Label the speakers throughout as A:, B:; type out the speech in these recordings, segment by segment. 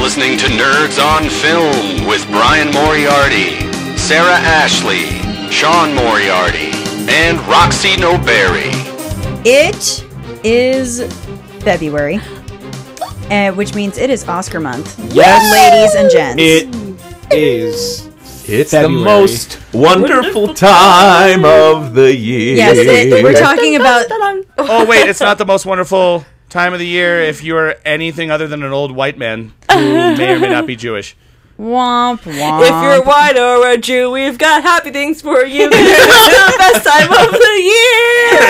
A: listening to Nerds on Film with Brian Moriarty, Sarah Ashley, Sean Moriarty, and Roxy Noberry.
B: It is February, uh, which means it is Oscar month. ladies
C: Yes.
B: and gents.
C: It is.
D: It's
C: February.
D: the most wonderful time of the year.
B: yes, it, we're talking about.
E: Oh wait, it's not the most wonderful time of the year if you're anything other than an old white man who may or may not be Jewish.
B: Womp
F: If you're
B: womp.
F: white or a Jew, we've got happy things for you. This is the best time of the year.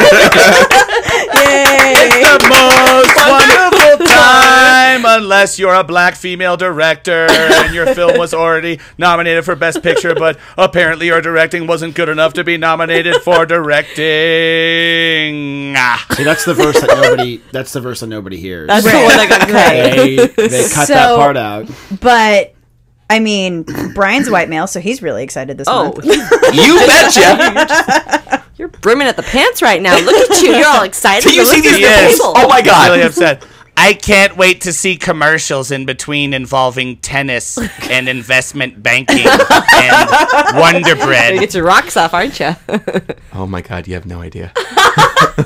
B: Yay.
E: The most wonderful time, unless you're a black female director and your film was already nominated for Best Picture, but apparently your directing wasn't good enough to be nominated for directing. Ah.
C: See, that's the verse that nobody. That's the verse that nobody hears.
F: That's the one I got cut.
C: they they cut
B: So-
C: that part out.
B: But I mean, Brian's a white male, so he's really excited this
F: Oh,
B: month.
D: you betcha.
F: you're brimming at the pants right now. Look at you. You're all excited.
D: Do you
F: Look
D: see
F: at
D: these
F: your
D: nipples?
F: table.
D: Oh my god.
E: Really upset. I can't wait to see commercials in between involving tennis and investment banking and Wonder
F: You
E: Bread.
F: Get your rocks off, aren't you?
D: Oh my god, you have no idea.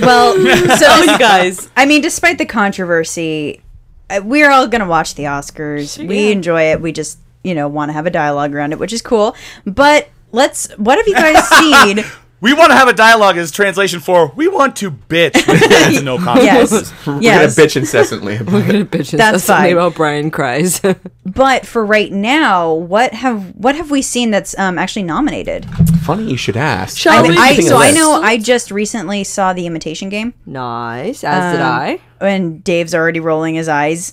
B: Well, so
F: you guys.
B: I mean, despite the controversy, uh, we're all going to watch the Oscars. we enjoy it. We just, you know, want to have a dialogue around it, which is cool. But let's. What have you guys seen?
E: We want to have a dialogue is translation for we want to bitch. There's no consequences.
B: yes.
D: We're gonna
B: Yes.
D: bitch incessantly about it.
F: Bitches,
B: That's fine.
F: Maybe O'Brien cries.
B: But for right now, what have what have we seen that's um, actually nominated?
D: Funny you should ask.
F: Shall
D: I'm
F: we?
B: I,
D: thinking
B: so
D: of
B: I
D: this.
B: know I just recently saw The Imitation Game,
F: nice, as did I.
B: and Dave's already rolling his eyes.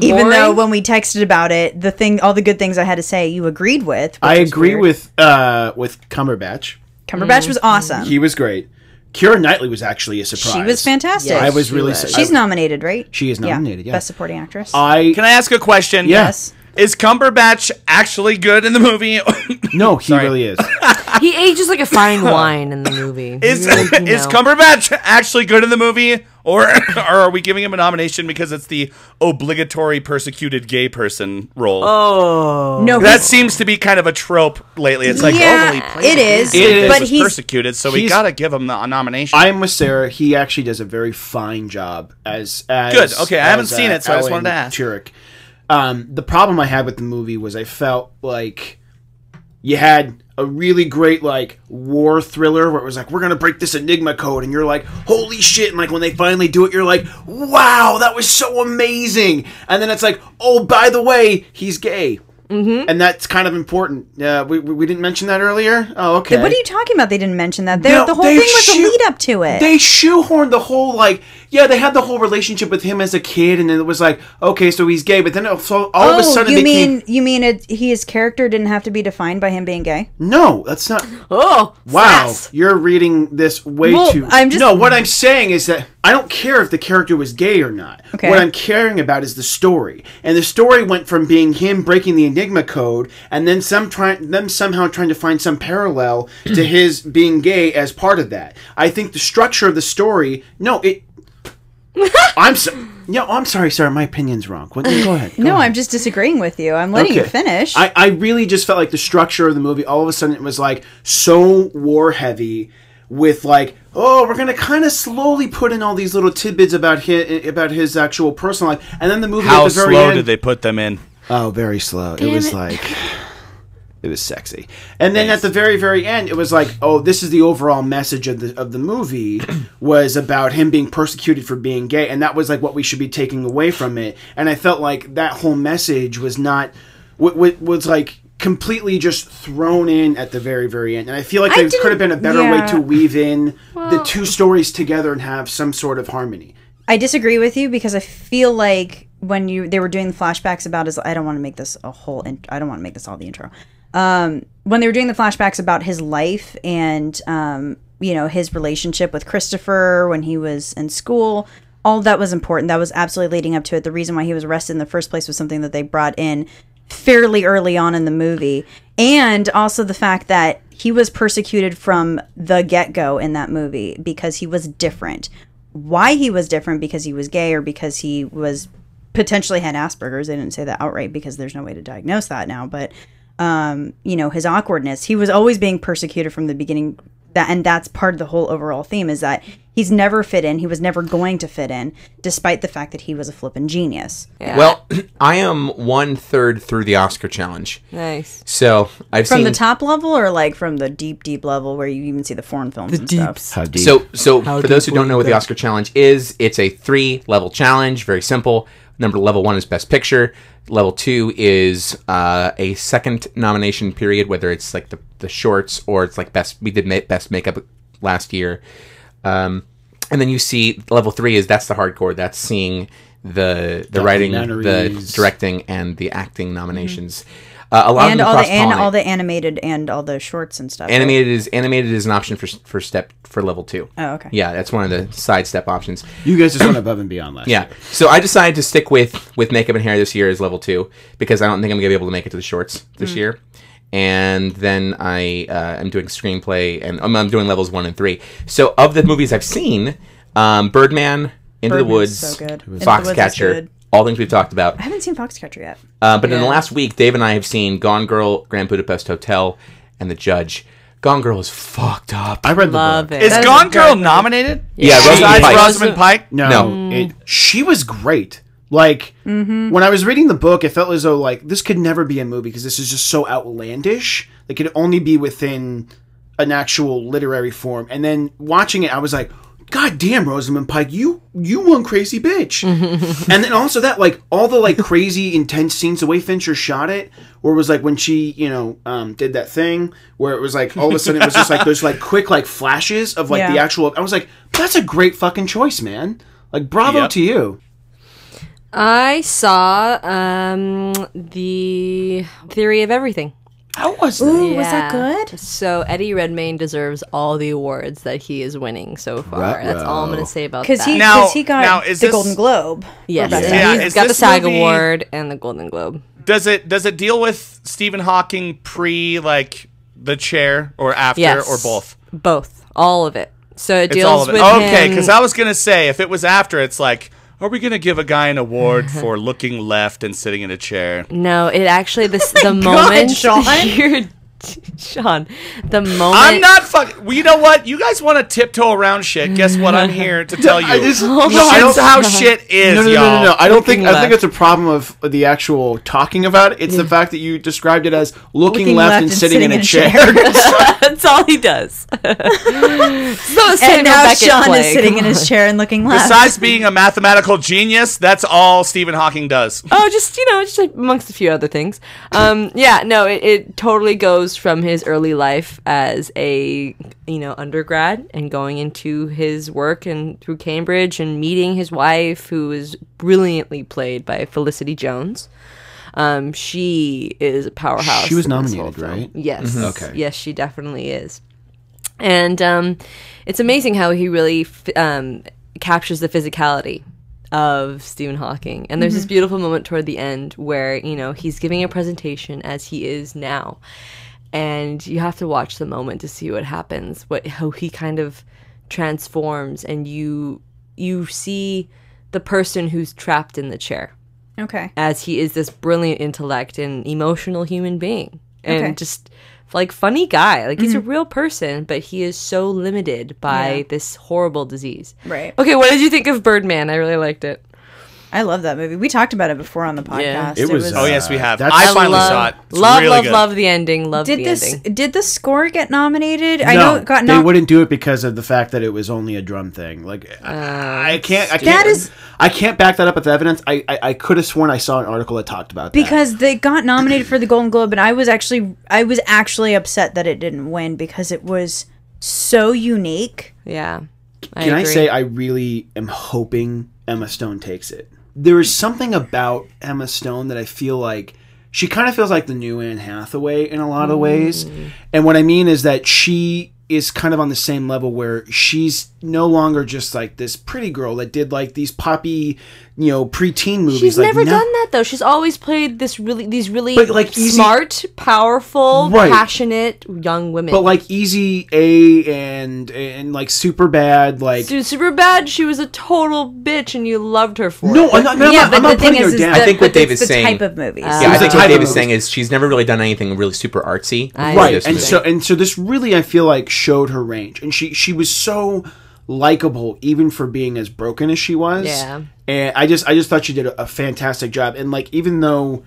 B: Even
F: Boring.
B: though when we texted about it, the thing, all the good things I had to say, you agreed with.
C: I agree with uh with Cumberbatch.
B: Cumberbatch was awesome.
C: He was great. Kira Knightley was actually a surprise.
B: she was fantastic.
F: Yes.
C: I was really.
F: She was.
B: She's
C: I-
B: nominated, right?
C: She is nominated, yeah.
B: best supporting actress.
C: I
E: Can I ask a question?
C: Yeah.
B: yes.
E: Is Cumberbatch actually good in the movie?
C: no, he really is.
F: He ages like a fine wine in the movie.
E: is
F: You really do
E: is
F: know.
E: Cumberbatch actually good in the movie? Or, or are we giving him a nomination because it's the obligatory persecuted gay person role?
B: Oh.
C: Uh,
B: No,
E: that seems to be kind of a trope lately. It's like,
B: Yeah,
E: oh, well, he played
B: it
E: a gay
B: is,
E: person
C: it
E: that
B: but
E: was
B: he's-
E: persecuted, so we
C: he's-
E: gotta give him the a nomination.
C: I am with Sarah. He actually does a very fine job as, as
E: Good. Okay, I haven't
C: as,
E: seen it, so I just wanted to
C: Alan
E: ask.
C: Turyk. Um, the problem I had with the movie was I felt like you had a really great like war thriller where it was like we're gonna break this enigma code, and you're like, holy shit! And like when they finally do it, you're like, wow, that was so amazing. And then it's like, oh, by the way, he's gay. Mm-hmm. And that's kind of important. Uh, we, we we didn't mention that earlier. Oh, okay.
B: What are you talking about? They didn't mention that. There,
C: No,
B: the whole
C: they
B: thing was a
C: shoo-
B: lead up to it.
C: They shoehorned the whole like yeah, they had the whole relationship with him as a kid, and then it was like okay, so he's gay, but then it, so all
B: oh,
C: of a sudden
B: you
C: they
B: mean
C: came,
B: you mean it, he, his character didn't have to be defined by him being gay?
C: no, that's not
F: Oh,
C: wow.
F: sass.
C: You're reading this way
B: Well,
C: too.
B: I'm just-
C: no. What I'm saying is that I don't care if the character was gay or not.
B: Okay.
C: What I'm caring about is the story, and the story went from being him breaking the Enigma code, and then some trying them somehow trying to find some parallel to his being gay as part of that. I think the structure of the story. No, it I'm so- no, I'm sorry, Sarah. My opinion's wrong. What, go ahead. go
B: No,
C: ahead.
B: I'm just disagreeing with you. I'm letting you
C: Okay.
B: finish.
C: I, I really just felt like the structure of the movie. All of a sudden, it was like so war heavy, with like, oh, we're gonna kind of slowly put in all these little tidbits about his about his actual personal life, and then the movie at
E: How
C: the very
E: slow
C: end,
E: did they put them in?
C: Oh, very slow. it was like it was sexy. And then at the very very end, it was like, oh, this is the overall message of the of the movie was about him being persecuted for being gay, and that was like what we should be taking away from it. And I felt like that whole message was not w- w- was like completely just thrown in at the very very end. And I feel like there could
B: didn't-
C: have been a better
B: yeah.
C: way to weave in the two stories together and have some sort of harmony.
B: I disagree with you because I feel like when you they were doing the flashbacks about his I don't want to make this a whole in, I don't want to make this all the intro. Um, when they were doing the flashbacks about his life and um, you know his relationship with Christopher when he was in school, all that was important. That was absolutely leading up to it. The reason why he was arrested in the first place was something that they brought in fairly early on in the movie, and also the fact that he was persecuted from the get go in that movie because he was different why he was different because he was gay or because he was potentially had Asperger's. They didn't say that outright because there's no way to diagnose that now. But um, you know, his awkwardness. He was always being persecuted from the beginning. That and that's part of the whole overall theme is that he's never fit in. He was never going to fit in, despite the fact that he was a flippin' genius.
F: Yeah.
D: Well, I am one third through the Oscar challenge,
F: nice.
D: so I've
B: From
D: seen
B: the top level, or like from the deep, deep level where you even see the foreign films and stuff.
G: How deep?
D: So, so
G: How
D: for those who
G: deep
D: don't know
G: will
D: what the
G: you go?
D: Oscar challenge is, it's a three level challenge. Very simple. Number level one is Best Picture. Level two is uh, a second nomination period, whether it's like the, the shorts or it's like best. We did ma- best makeup last year, um, and then you see level three is that's the hardcore. That's seeing the the writing, the
C: documentaries.
D: directing, and the acting nominations. Uh, a lot
B: And
D: of them
B: all the and
D: cross-pollinate
B: all the animated and all the shorts and stuff. right?
D: animated is animated is an option for for step for level two.
B: Oh, okay.
D: Yeah, that's one of the sidestep options.
C: You guys just went above and beyond last
D: Yeah,
C: year.
D: so I decided to stick with with makeup and hair this year as level two because I don't think I'm gonna be able to make it to the shorts
B: Hmm.
D: this year. And then I uh, am doing screenplay and um, I'm, I'm doing levels one and three. So of the movies I've seen, um, Birdman, Into the
B: Birdman's
D: Woods,
B: so good. Into the Woods is
D: Foxcatcher,
B: good.
D: all things we've talked about.
B: I haven't seen Foxcatcher yet.
D: Uh, but in the
F: Yeah.
D: last week, Dave and I have seen Gone Girl, Grand Budapest Hotel, and The Judge. Gone Girl is fucked up.
C: I read the
F: Love
C: book.
F: it.
E: Is
B: That is
E: Gone
B: a
E: Girl
B: good-
E: nominated?
D: Yeah, Rosamund
E: Besides
D: Pike.
E: Rosamund Pike.
C: No,
D: No.
C: it- she was great. Like when I was reading the book, it felt as though like this could never be a movie because this is just so outlandish. It could only be within an actual literary form. And then watching it, I was like, God damn, Rosamund Pike, you you one crazy bitch. and then also that like all the like crazy intense scenes, the way Fincher shot it, where it was like when she you know um, did that thing where it was like all of a sudden it was just like those like quick like flashes of like the
B: Yeah.
C: actual. I was like, that's a great fucking choice, man. Like bravo
E: Yep.
C: to you.
F: I saw um, the Theory of Everything.
C: How was that?
B: Ooh, was that good?
F: So Eddie Redmayne deserves all the awards that he is winning so far. That's all I'm going to say about
B: Because
F: that.
B: he,
E: Now-
B: 'cause he got
E: now, is
B: the
E: this-
B: Golden Globe. for
F: yes,
B: Best
F: and
E: Yeah,
F: he's
E: is
F: got the
E: this
F: SAG
E: movie-
F: award and the Golden Globe.
E: Does it does it deal with Stephen Hawking pre like the chair or after
F: Yes,
E: or both?
F: Both, all of it. So it
E: It's
F: deals
E: all of it.
F: with
E: Okay,
F: him-
E: because I was gonna say if it was after, it's like, are we gonna give a guy an award for looking left and sitting in a chair?
F: No, it actually this the moment
B: Sean.
F: you're Sean, the moment
E: I'm not fucking. Well, you know what? You guys want to tiptoe around shit. Guess what? I'm here to tell you.
C: I just- no, I
E: That's
C: don't-
E: how shit is,
C: No, no,
E: y'all.
C: no, no, no. I don't think.
F: Looking
C: I think
F: left.
C: it's a problem of the actual talking about it. It's the fact that you described it as looking,
B: Looking
C: left, and sitting, in a chair.
F: That's all he does. so
B: and now Sean is sitting in his chair and looking left.
E: Besides being a mathematical genius, that's all Stephen Hawking does.
F: Oh, just you know, just like amongst a few other things. Um, yeah, no, it, it totally goes from his early life as a you know undergrad and going into his work and through Cambridge and meeting his wife, who is brilliantly played by Felicity Jones. Um, she is a powerhouse.
C: She was
F: in this whole
C: nominated,
F: film.
C: right?
F: Yes.
C: Okay.
F: Yes, she definitely is. And um, it's amazing how he really f- um, captures the physicality of Stephen Hawking. And there's this beautiful moment toward the end where, you know, he's giving a presentation as he is now. And you have to watch the moment to see what happens, what how he kind of transforms and you you see the person who's trapped in the chair
B: okay.
F: as he is this brilliant intellect and emotional human being and
B: Okay.
F: just like funny guy like he's a real person but he is so limited by this horrible disease
B: Right.
F: okay what did you think of birdman i really liked it
B: I love that movie. We talked about it before on the podcast.
F: Yeah.
C: It was, uh,
E: Oh yes, we have.
C: That's-
E: I finally
F: love,
E: saw it. It's
F: love
E: really
F: love
E: good.
F: love the ending love
B: did
F: the
B: this?
F: ending
B: Did the score get nominated? I know it got
C: they
B: nom-
C: wouldn't do it because of the fact that it was only a drum thing. Like I I can't, I can't,
B: That is-
C: I can't back that up with evidence. I, I, I could have sworn I saw an article that talked about that.
B: because they got nominated for the Golden Globe, and I was actually I was actually upset that it didn't win because it was so unique.
F: yeah
C: Can I
F: agree.
C: say I really am hoping Emma Stone takes it? There is something about Emma Stone that I feel like she kind of feels like the new Anne Hathaway in a lot of ways.
B: Mm.
C: And what I mean is that she is kind of on the same level where she's no longer just like this pretty girl that did like these poppy you know preteen movies.
F: She's
C: like,
F: never
C: no-
F: done that though. She's always played this really these really
C: But, like, easy-
F: smart, powerful,
C: Right.
F: passionate young women.
C: But like Easy A and and like Super Bad, like
F: Dude, super bad. She was a total bitch, and you loved her for
C: no,
F: it.
C: I'm not, I'm
B: yeah,
C: not, I'm
B: but
C: not
B: the thing
C: putting
B: is,
C: her
B: is
C: down.
B: that-
D: I think what
B: but
D: Dave
B: it's
D: is
B: the
D: saying-
B: type of movies.
D: yeah, I
C: She's
D: think
C: a
D: what
C: type
D: Dave
C: of
D: is saying is she's never really done anything really super artsy.
F: I
D: before
F: see.
C: right
D: this
C: and
D: movie.
C: so and so this really i feel like showed her range and she she was so likable even for being as broken as she was
F: Yeah.
C: and i just i just thought she did a, a fantastic job and like even though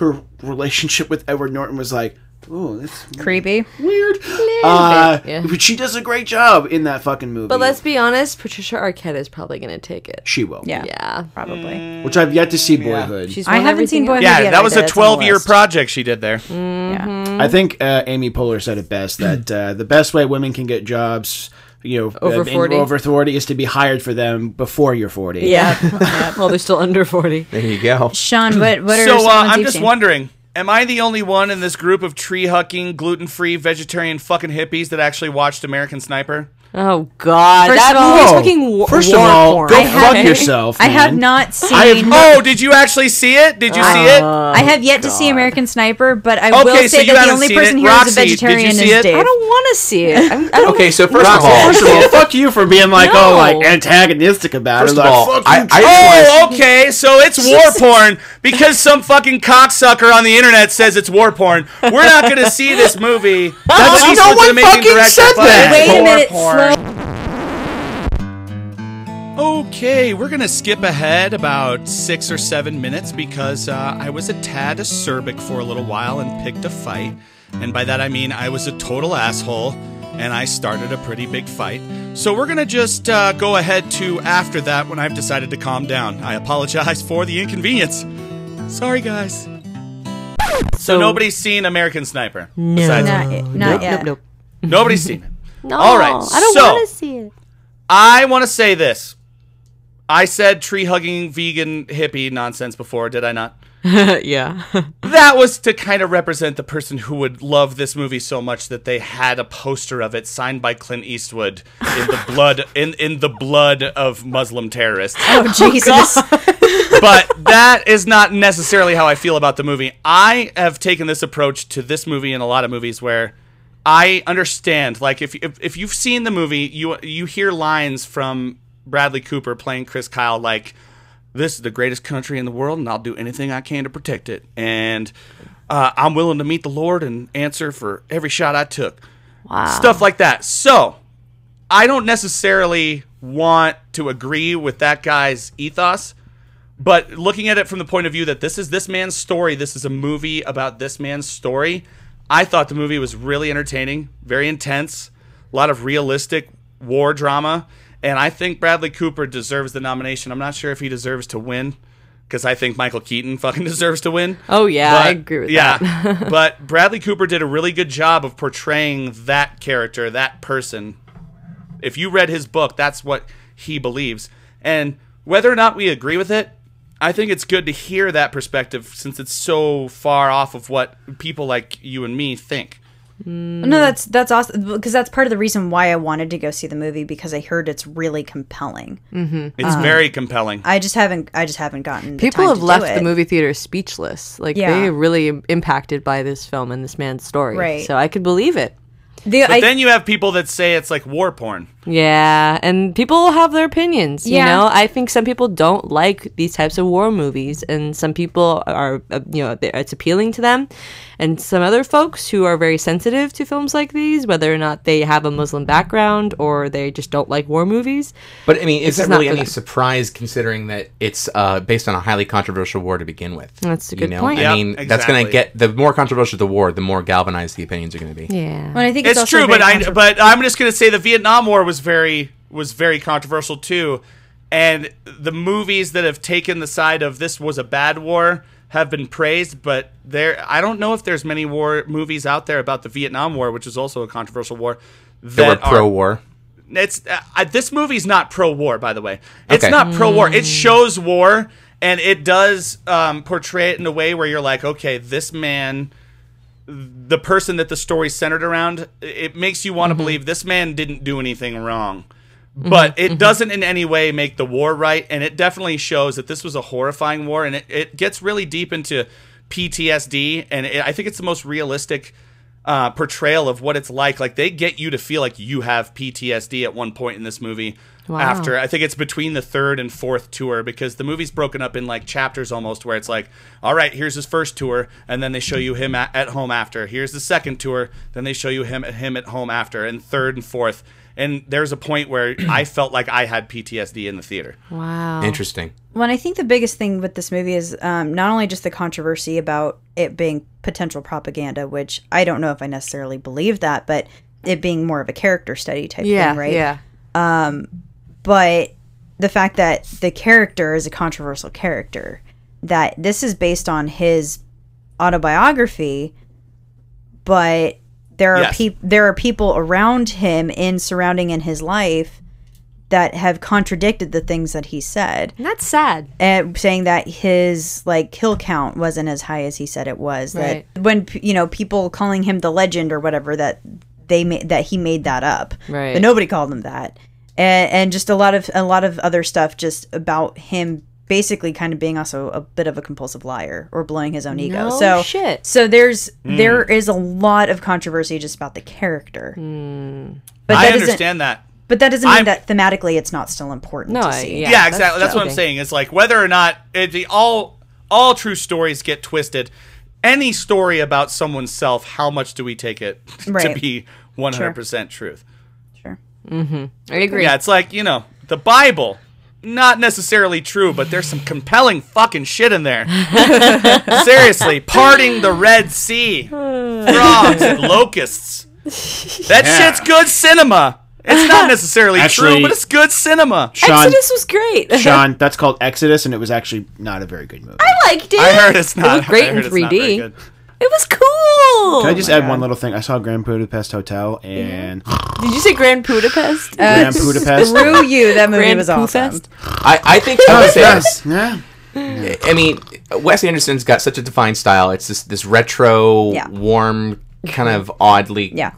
C: her relationship with edward norton was like oh that's
B: creepy.
C: weird uh,
F: yeah.
C: but she does a great job in that fucking movie
F: But let's be honest, Patricia Arquette is probably gonna take it.
C: she will
B: Yeah,
F: Yeah,
B: probably.
C: which i've yet to see boyhood
F: she's.
B: I
F: won
B: haven't seen
F: everything else.
B: Boy
E: Yeah,
B: Maybe
E: that
B: I
E: was
B: did.
E: a
B: It's on the
E: 12 year
B: list.
E: project she did there.
B: Yeah.
F: mm.
C: i think uh, amy poehler said it best that uh, the best way women can get jobs you know
F: Over
C: uh, in-
F: 40.
C: over 40 is to be hired for them before you're 40
F: Yeah. well, they're still under forty.
D: there you go.
B: Sean, what what are
E: So
B: some
E: uh,
B: ones
E: I'm
B: you've
E: just
B: seen?
E: wondering, am I the only one in this group of tree hucking, gluten free, vegetarian fucking hippies that actually watched American Sniper?
F: Oh God,
B: First
F: that
B: of all-
F: movie's
B: Whoa.
F: fucking war,
C: First
F: war
C: of all,
F: porn.
C: go
B: I
C: fuck
B: haven't-
C: yourself.
B: I have
C: man.
B: not seen. I
C: I
B: Uh,
C: have
B: have,
C: not-
E: Oh, did you actually see it? Did you see it?
B: yet to see American Sniper, but I
E: Okay,
B: will
E: so
B: say
E: you
B: that
E: haven't
B: the only
E: seen
B: person
E: it.
B: here who's
E: Roxy,
B: a
E: did you
B: vegetarian
E: see
B: is
E: it?
B: Dave.
F: I don't want to see it. I'm, I don't
D: Okay, so first of
C: Roxy,
D: all,
C: First of all, fuck you for being like
F: No.
C: all like antagonistic about
D: First
C: it.
D: of
C: Like,
D: all,
C: fuck
D: I,
C: you.
D: I
E: Oh, okay. So it's war porn because some fucking cocksucker on the internet says it's war porn. We're not going to see this movie. That's
C: no one fucking said that.
B: Wait a minute,
E: Okay, we're going to skip ahead about six or seven minutes because uh, I was a tad acerbic for a little while and picked a fight. And by that I mean I was a total asshole and I started a pretty big fight. So we're going to just uh, go ahead to after that when I've decided to calm down. I apologize for the inconvenience. Sorry, guys. So nobody's seen American Sniper. No.
B: Not, yet- not
F: Nope,
B: yet.
F: nope, nope.
E: Nobody's seen it.
F: No,
E: All right,
F: I don't
E: so-
F: want to see it.
E: I want to say this. I said tree hugging vegan hippie nonsense before, did I not?
F: yeah.
E: That was to kind of represent the person who would love this movie so much that they had a poster of it signed by Clint Eastwood in the blood in in the blood of Muslim terrorists.
B: Oh Jesus!
E: But that is not necessarily how I feel about the movie. I have taken this approach to this movie and a lot of movies where I understand. Like if if, if you've seen the movie, you you hear lines from Bradley Cooper playing Chris Kyle like this is the greatest country in the world and I'll do anything I can to protect it. And uh, I'm willing to meet the Lord and answer for every shot I took. Wow. Stuff like that. So I don't necessarily want to agree with that guy's ethos, but looking at it from the point of view that this is this man's story, this is a movie about this man's story, I thought the movie was really entertaining, very intense, a lot of realistic war drama, and I think Bradley Cooper deserves the nomination. I'm not sure if he deserves to win because I think Michael Keaton fucking deserves to win.
F: Oh, yeah, I agree with
E: yeah,
F: that.
E: but Bradley Cooper did a really good job of portraying that character, that person. If you read his book, that's what he believes. And whether or not we agree with it, I think it's good to hear that perspective since it's so far off of what people like you and me think.
B: no, that's that's awesome because that's part of the reason why I wanted to go see the movie because I heard it's really compelling.
E: It's very compelling.
B: Uh-huh. I just haven't I just haven't gotten the
F: People
B: time
F: have
B: to do
F: left
B: it.
F: the movie theater speechless. Like
B: Yeah.
F: they are really im- impacted by this film and this man's story.
B: Right.
F: So I could believe it.
B: The-
E: but
B: I-
E: then you have people that say it's like war porn.
F: Yeah, and people have their opinions. You
B: Yeah.
F: know, I think some people don't like these types of war movies, and some people are, uh, you know, they- it's appealing to them, and some other folks who are very sensitive to films like these, whether or not they have a Muslim background or they just don't like war movies.
D: But I mean, is that
F: not
D: really
F: for
D: any
F: them.
D: surprise considering that it's uh, based on a highly controversial war to begin with?
F: That's a
D: You
F: good
D: know?
F: point.
D: I
E: Yeah,
D: mean, that's
E: exactly.
D: going to get the more controversial the war, the more galvanized the opinions are going to be.
F: Yeah.
B: Well, I think it's,
E: It's,
B: also
E: true,
B: very
E: but I
B: controversial.
E: but I'm just gonna say the Vietnam War was very was very controversial too, and the movies that have taken the side of this was a bad war have been praised, but there I don't know if there's many war movies out there about the Vietnam War, which is also a controversial war.
D: They were
E: That are-
D: pro war.
E: It's uh, I- this movie's not pro war, by the way. It's
D: Okay.
E: not pro war. It shows war, and it does um, portray it in a way where you're like, okay, this man the person that the story's centered around, it makes you want to believe this man didn't do anything wrong. Mm-hmm. but it doesn't in any way make the war right and it definitely shows that this was a horrifying war and it, it gets really deep into ptsd and it, i think it's the most realistic uh, portrayal of what it's like like they get you to feel like you have ptsd at one point in this movie
F: Wow.
E: after I think it's between the third and fourth tour because the movie's broken up in like chapters almost, where it's like, all right, here's his first tour, and then they show you him at, at home after. Here's the second tour, then they show you him him at home after, and third and fourth. And there's a point where I felt like I had PTSD in the theater.
F: Wow.
D: Interesting.
B: Well, and I think the biggest thing with this movie is um, not only just the controversy about it being potential propaganda, which I don't know if I necessarily believe that, but it being more of a character study type
F: Yeah.
B: thing, right?
F: Yeah.
B: but the fact that the character is a controversial character that this is based on his autobiography but there are
E: Yes.
B: peop there are people around him in surrounding in his life that have contradicted the things that he said
F: And that's sad.
B: and saying that his like kill count wasn't as high as he said it was
F: Right.
B: that when p- you know people calling him the legend or whatever that they made that he made that up
F: Right.
B: but nobody called him that and, and just a lot of a lot of other stuff just about him basically kind of being also a bit of a compulsive liar or blowing his own ego
F: No
B: so
F: shit.
B: so there's
E: Hmm.
B: there is a lot of controversy just about the character
F: Hmm.
B: but
E: I
B: that doesn't-
E: understand that.
B: but that doesn't mean
E: I'm-
B: that thematically it's not still important
F: No,
B: to
F: I-
B: see
F: yeah.
E: Yeah, exactly. That's, what I'm
F: shocking.
E: saying. It's like whether or not it, the all all true stories get twisted. Any story about someone's self, how much do we take it to
B: Right.
E: be 100% truth?
B: Sure.
F: I agree.
E: Yeah, it's like, you know, the Bible, not necessarily true, but there's some compelling fucking shit in there. Seriously, parting the Red Sea, frogs and locusts. That
C: Yeah.
E: shit's good cinema. It's not necessarily true,
C: Actually-
E: but it's good cinema.
C: Sean,
F: Exodus was great.
C: Sean, that's called Exodus, and it was actually not a very good movie.
F: I liked it.
E: I heard it's not.
F: It was great
E: I
F: in
E: heard it's not very
F: 3D.
E: good.
F: It was cool.
C: Can I just add one little thing? I saw Grand Budapest Hotel and
F: Did you say Grand Budapest?
C: Grand Budapest.
B: Screw you. That movie
F: Grand
B: was awesome.
F: Poofest?
D: I, I think I would say
C: Yes. Yeah.
D: I mean, Wes Anderson's got such a defined style. It's this this retro,
B: Yeah.
D: warm, kind of oddly
B: Yeah.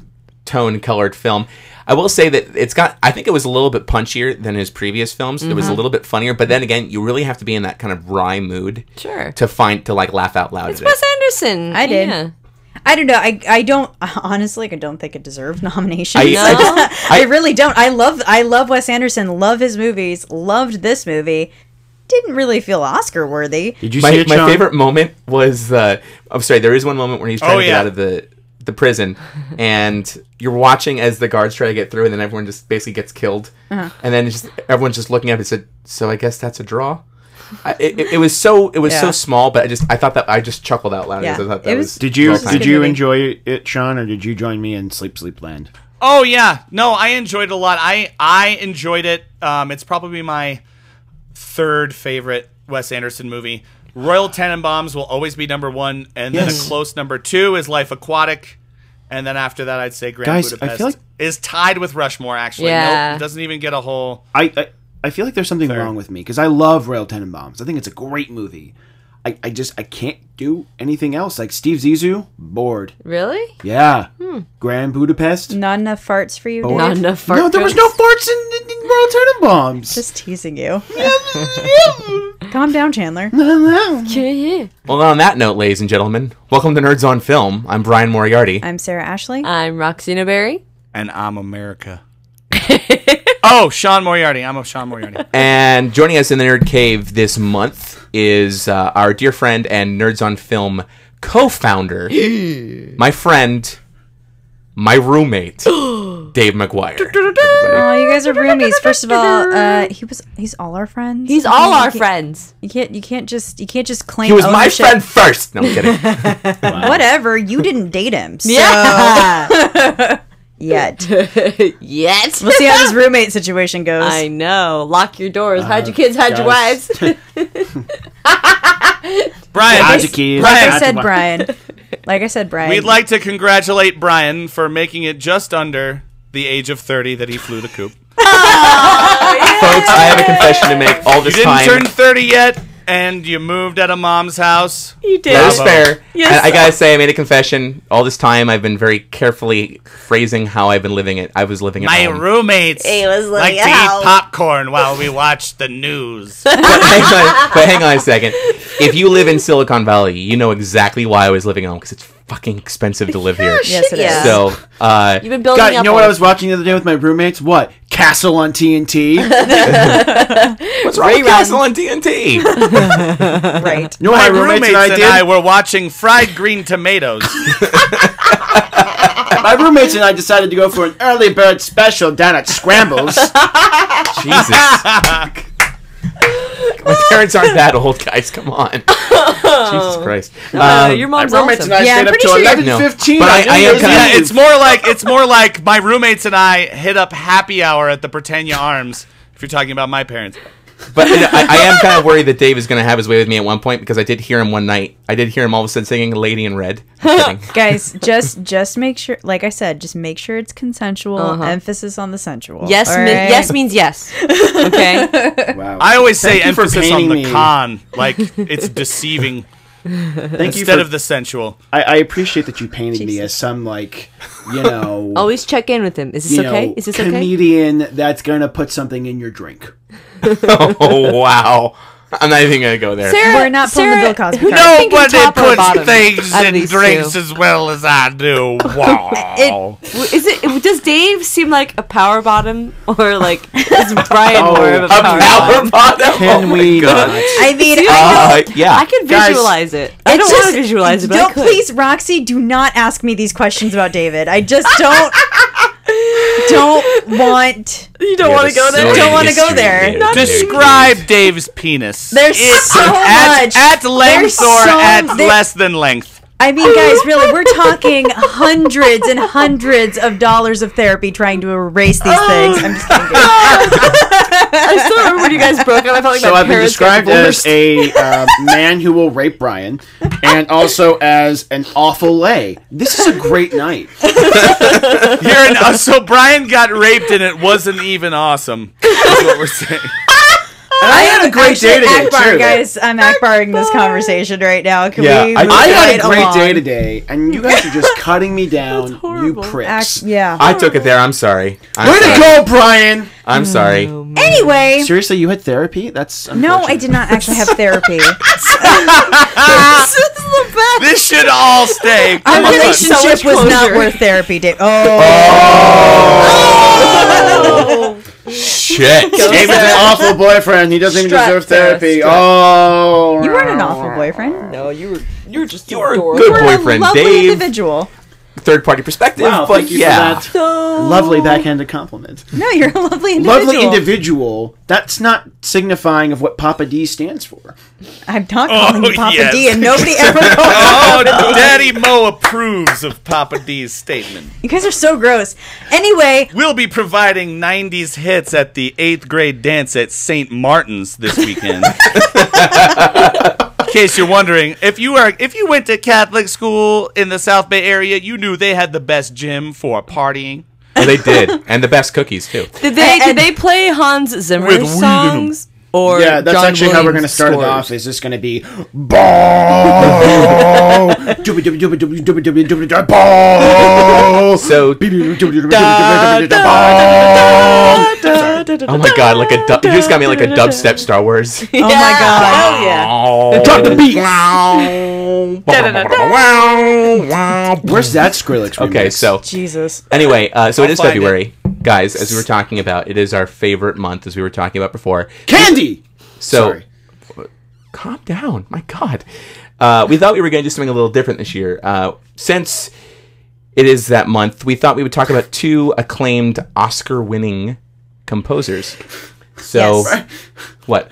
D: tone colored film. I will say that it's got. I think it was a little bit punchier than his previous films. It was a little bit funnier, but then again, you really have to be in that kind of wry mood
F: Sure.
D: to find to like laugh out loud.
F: It's
D: at it.
F: Wes Anderson.
B: I did.
F: Yeah.
B: I don't know. I, I don't honestly. I don't think it deserved nomination.
D: I-
B: I,
D: I
F: No?
B: really don't. I love I love Wes Anderson. Love his movies. Loved this movie. Didn't really feel Oscar worthy.
C: Did you see
D: my,
C: it,
D: my
C: Sean?
D: favorite moment was uh, I'm sorry, there is one moment where he's trying
E: Oh,
D: to get
E: yeah.
D: out of the the prison, and you're watching as the guards try to get through, and then everyone just basically gets killed, and then it's just, everyone's just looking up and said, "So I guess that's a draw." I, it, it- it was so it was so
B: Yeah.
D: small, but I just I thought that I just chuckled out loud.
B: Yeah.
D: as I thought that
B: It
D: was,
B: was-
C: Did you
D: well
B: It's a
C: did
D: timed.
B: good
C: you
B: movie.
C: enjoy it, Sean, or did you join me in Sleep Sleep Land?
E: Oh yeah, no, I enjoyed a lot. I I enjoyed it. Um, it's probably my third favorite Wes Anderson movie. Royal Tenenbaums will always be number one, and then
C: Yes.
E: a close number two is Life Aquatic, and then after that, I'd say Grand
C: Guys, I
E: Budapest
C: feel like-
E: is tied with Rushmore. Actually,
F: Yeah.
E: nope, it doesn't even get a whole.
C: I, I I feel like there's something wrong with me because I love Royal Tenenbaums. I think it's a great movie. I, I just I can't do anything else. Like Steve Zissou, bored.
F: Really?
C: Yeah.
F: Hmm.
C: Grand Budapest.
B: Not enough farts for you.
C: bored.
B: Dave?
F: Not enough fart
C: No, there was no
F: jokes.
C: farts in, in, in Royal Tenenbaums.
B: Just teasing you. Calm down, Chandler.
F: Yeah, yeah.
D: Well, on that note, ladies and gentlemen, welcome to Nerds on Film. I'm Brian Moriarty.
B: I'm Sarah Ashley.
F: I'm Roxina Berry.
E: And I'm America. oh, Sean Moriarty. I'm a Sean Moriarty.
D: And joining us in the Nerd Cave this month is uh, our dear friend and Nerds on Film co founder, my friend, my roommate, Dave McGuire.
B: Oh, you guys are roomies. First of all, uh, he was he's all our friends.
F: He's
B: I
F: all
B: mean,
F: our
B: you can't-
F: friends.
B: You can't you can't just you can't just claim
D: He was my
B: ownership.
D: friend first. No, I'm kidding.
B: Whatever. You didn't date him. So. Yet.
F: Yet.
B: We'll see how this roommate situation goes.
F: I know. Lock your doors. Hide
C: Uh,
F: your kids. Hide your wives.
C: guys.
E: Brian,
C: Hide your kids.
E: Brian,
C: Hide
B: I said
C: That's
B: Brian. Like I said, Brian.
E: We'd like to congratulate Brian for making it just under the age of 30 that he flew the coop.
D: Folks, I have a confession to make all
E: You
D: this
E: didn't
D: time.
E: turn 30 yet, and you moved out of mom's house.
F: You did.
D: That is fair.
F: Yes.
D: And I gotta say, I made a confession. All this time, I've been very carefully phrasing how I've been living it. I was living it.
E: My roommates
F: He was
E: like
F: like,
E: to
F: "Ow."
E: eat popcorn while we watched the news.
D: but, hang on, but hang on a second. If you live in Silicon Valley, you know exactly why I was living at home because it's fucking expensive to live here.
B: Yes, it is.
F: Yeah.
D: So, uh,
F: You've been building
C: God,
F: up.
C: you know what
F: on-
C: I was watching the other day with my roommates? What? Castle on TNT. you
D: what's wrong with Castle on TNT?
B: right.
C: know what
E: My
C: my roommates, and I did?
E: were watching fried green tomatoes.
C: my roommates and I decided to go for an early bird special down at Scrambles.
D: Jesus. My parents aren't that old, guys. Come on. Jesus Christ.
F: Uh,
D: Um,
F: your mom's
C: my roommates
F: awesome.
C: and I
B: Yeah, I'm
C: stayed up
B: pretty
C: till
B: sure you're-
C: eleven fifteen.
D: No. But I- I am kinda-
E: yeah, it's more like it's more like my roommates and I hit up happy hour at the Britannia Arms. If you're talking about my parents,
D: But you know, I, I am kind of worried that Dave is going to have his way with me at one point because I did hear him one night. I did hear him all of a sudden singing "Lady in Red." I'm kidding.
B: Guys, just just make sure like I said, just make sure it's consensual.
F: Uh-huh.
B: Emphasis on the sensual.
F: Yes,
B: all
F: me-
B: right?
F: yes means yes. Okay.
C: wow.
E: I always say
C: Thank you for
E: emphasis on
C: painting
E: the
C: me.
E: con, like it's deceiving
C: Thank you
E: instead
C: for,
E: of the sensual.
C: I, I appreciate that you painted me as some like, you know,
F: Always check in with him. Oh, Is this
C: you
F: okay?
C: know,
F: Is this okay?
C: comedian that's gonna put something in your drink.
D: oh wow! I'm not even going to go there.
F: Sarah,
B: We're not pulling the Bill Cosby
F: who
B: card.
F: do you think is top or bottom
E: things
F: out of these two?
E: as well as I do.
F: It-
E: Wow.
F: w- is it? Does Dave seem like a power bottom, or like is Brian more
C: Oh,
F: of a
D: A
F: power bottom?
D: power bottom.
C: Can
D: oh my
C: we
D: God.
C: not?
B: I mean,
D: Uh, yeah.
F: I could
C: Guys,
F: visualize it. I don't want to visualize it, but
B: Don't
F: I could.
B: please, Roxy. Do not ask me these questions about David. I just don't. don't want.
F: You don't
D: Yeah,
F: want to
D: there's
F: go there.
D: so
B: Don't
D: many
B: wanna go
D: history
B: there.
D: there.
B: Not
D: There's-
E: Describe Dave's penis.
B: There's so
E: at,
B: much.
E: at length
B: There's
E: or
B: so-
E: at
B: there-
E: less than length.
B: I mean, guys, really, we're talking hundreds and hundreds of dollars of therapy trying to erase these things. I'm just kidding. guys.
F: I still remember when you guys broke up. I felt like
C: So
F: my
C: I've been
F: parents got
C: described as
F: divorced.
C: a uh, man who will rape Brian, and also as an awful lay. This is a great night.
E: You're an, uh, so Brian got raped and it wasn't even awesome. That's what we're saying.
C: I had a great day today
B: Akbar,
C: too.
B: guys, I'm Akbaring this conversation right now. Can
D: Yeah,
B: we?
D: I-
B: move
C: I had a
B: right
C: great
B: along?
C: day today, and you guys are just cutting me down, you pricks.
B: Ac- yeah.
D: I took it there. I'm sorry. I'm
C: Way
D: sorry.
C: to go, Brian!
D: I'm sorry.
B: anyway,
C: Seriously, you had therapy? That's
B: no, I
C: unfortunate.
B: did not actually have therapy.
F: this is the best.
E: This should all stay.
B: Our
F: gonna-
B: relationship
F: so much
B: was not
F: closure.
B: worth therapy. Dave. Oh,
D: Oh, Shit.
C: David's an awful boyfriend. He doesn't even
F: Strut,
C: deserve
F: Sarah,
C: therapy.
F: strut.
C: Oh,
B: you weren't an awful boyfriend.
F: No, you were you were just
D: You're a
F: adorable.
D: good
B: You're a
D: boyfriend,
B: lovely
D: Dave.
B: individual.
D: Third party perspective.
C: Wow,
D: but
C: thank you
D: yeah.
C: for that lovely backhanded compliment.
B: No, you're a lovely individual.
C: Lovely individual. That's not signifying of what Papa D stands for.
B: I'm not calling
E: Oh,
B: you Papa
E: yes.
B: D, and nobody ever calls.
E: Oh, Daddy Mo approves of Papa D's statement.
B: You guys are so gross. Anyway,
E: We'll be providing 90s hits at the eighth grade dance at St. Martin's this weekend. in case you're wondering, if you are if you went to Catholic school in the South Bay area, you knew they had the best gym for partying.
D: Well, they did. And the best cookies, too.
F: Did they
B: And-
F: did they play Hans
E: With
F: Zimmer
E: weed in 'em.
F: songs or
C: Yeah, that's
F: John
C: actually how we're going to
F: Williams
C: start
F: scores?
C: it off. Is this going to be ball? ball.
D: So, oh my god, like a du- you just got me like a dubstep Star Wars.
B: oh my god,
F: Hell yeah.
C: Drop the beat. Where's that Skrillex?
D: Okay,
C: remix?
D: so
B: Jesus.
D: anyway, uh, so it is
E: find it.
D: February, guys. As we were talking about, it is our favorite month, as we were talking about before.
C: candy.
D: So
C: Sorry.
D: calm down, my God. Uh, we thought we were going to do something a little different this year. Uh, since it is that month, we thought we would talk about two acclaimed Oscar-winning composers. So,
B: Yes.
D: what?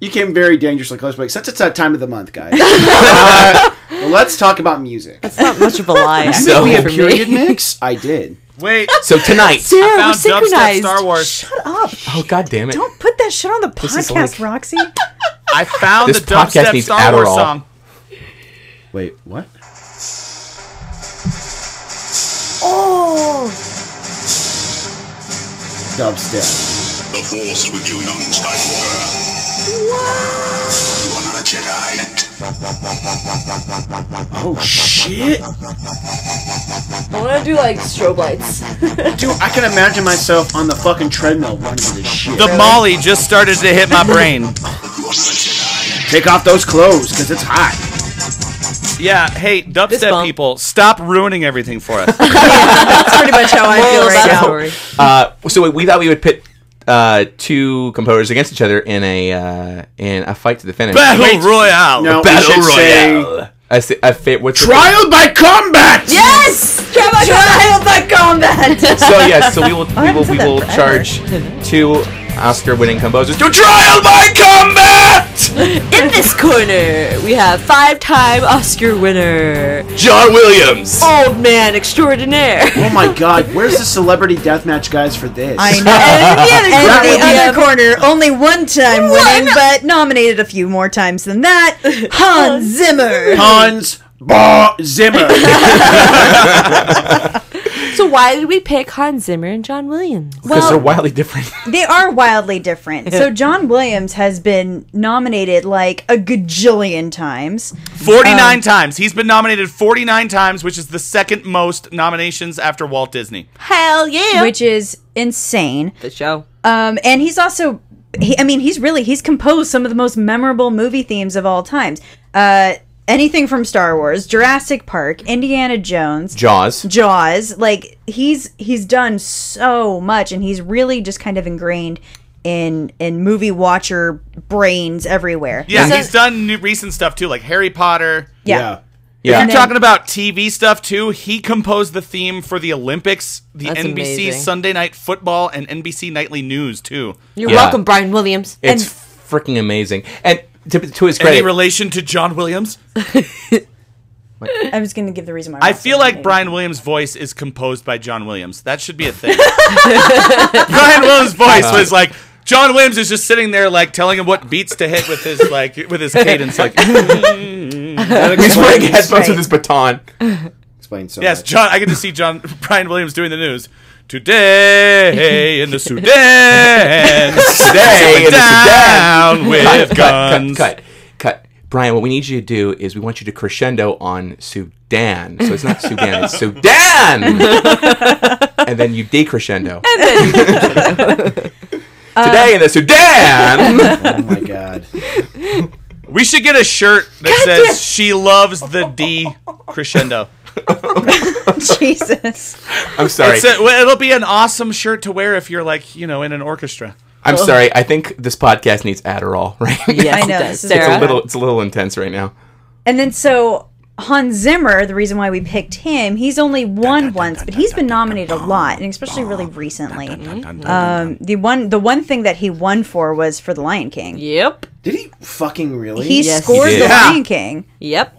C: You came very dangerously close, but since it's that time of the month, guys, uh, let's talk about music.
F: It's not much of a lie.
D: So-
F: actually,
C: we had
F: for
C: a
F: me.
C: period mix. I did.
E: Wait,
D: So tonight.
F: Sarah, we're
E: found Dubstep
F: synchronized.
E: Star Wars.
D: Oh God damn it!
B: Don't put that shit on the podcast,
D: like-
B: Roxy.
E: I found
D: This
E: the
D: podcast
E: Dubstep
D: needs
E: Star Wars
D: Adderall.
E: song.
C: Wait, what?
B: Oh,
C: Dubstep.
G: The force with you, young Skywalker. You are not Jedi.
C: Oh shit,
F: I want to do like strobe lights.
C: dude! I can imagine myself on the fucking treadmill running this shit.
E: The Molly just started to hit my brain.
C: Take off those clothes because it's hot.
E: Yeah, hey, dubstep
F: bump.
E: people, stop ruining everything for us.
B: That's pretty much how I feel right now.
D: Uh, so we- we thought we would pit uh, two composers against each other in a uh, in a fight to the finish.
E: Battle Royale.
C: No, we
E: Battle
C: should say-
E: Royale.
D: I say, I fa- what's the-
C: Trial by combat.
B: Yes! Trial by combat!
D: So yes, so we will we will,
B: said
D: we
B: that
D: will
B: forever.
D: charge two Oscar-winning composers to trial by combat.
F: In this corner, we have five-time Oscar winner,
D: John Williams.
F: old man extraordinaire.
C: Oh my god, where's the celebrity deathmatch guys for this?
B: I know.
F: And
B: And the
F: in the other corner, we
B: other
F: have
B: corner, only one time
F: One-
B: winning, but nominated a few more times than that, Hans Zimmer.
C: Hans Ba Zimmer.
F: So why did we pick Hans Zimmer and John Williams?
D: Because they're wildly different.
B: They are wildly different. So John Williams has been nominated like a gajillion times.
E: 49 times. He's been nominated 49 times, which is the second most nominations after Walt Disney.
F: Hell yeah!
B: which is insane.
F: the show.
B: Um, and he's also, he, I mean, he's really he's composed some of the most memorable movie themes of all times. Uh, anything from Star Wars, Jurassic Park, Indiana Jones,
D: Jaws.
B: Jaws. Like he's he's done so much, and he's really just kind of ingrained in in movie watcher brains everywhere.
E: Yeah,
F: Isn't-
E: he's done new, recent stuff too, like Harry Potter.
B: Yeah.
D: Yeah.
E: You're talking about TV stuff too. He composed the theme for the Olympics, the
F: That's
E: NBC
F: amazing.
E: Sunday Night Football, and NBC Nightly News too.
F: You're
D: Yeah.
F: welcome, Brian Williams.
D: It's freaking amazing. And to, to his
E: Any
D: credit,
E: relation to John Williams?
B: I was going to give the reason why.
E: I feel like Brian Williams' voice is composed by John Williams. That should be a thing. Brian Williams' voice
D: Uh-huh.
E: was like John Williams is just sitting there like telling him what beats to hit with his like with his cadence like
D: he's wearing headphones
B: right.
D: with his baton.
C: Explain so
E: Yes,
C: much.
E: John. I can just see John Brian Williams doing the news today in the Sudan.
D: Today in the Sudan.
E: down
D: Cut,
E: with
D: cut,
E: guns.
D: cut, cut. Brian, what we need you to do is we want you to crescendo on Sudan. So it's not Sudan, it's Sudan! and then you decrescendo. Today in the Sudan!
C: Oh my god.
E: We should get a shirt that says "She loves the D crescendo."
B: Jesus.
D: I'm sorry.
E: It's a- well, it'll be an awesome shirt to wear if you're like you know in an orchestra.
D: I'm sorry. I think this podcast needs Adderall, right?
F: Yes,
B: I know,
F: it does.
B: this is
D: it's
F: Sarah.
D: a little it's a little intense right now.
B: And then so Hans Zimmer, the reason why we picked him, he's only won once, but he's been nominated a lot, and especially really recently. Um, the one the one thing that he won for was for The Lion King.
F: Yep.
C: Did he fucking really?
B: He
F: Yes, he
B: scored
D: did.
B: The
E: Yeah.
B: Lion King.
F: Yep.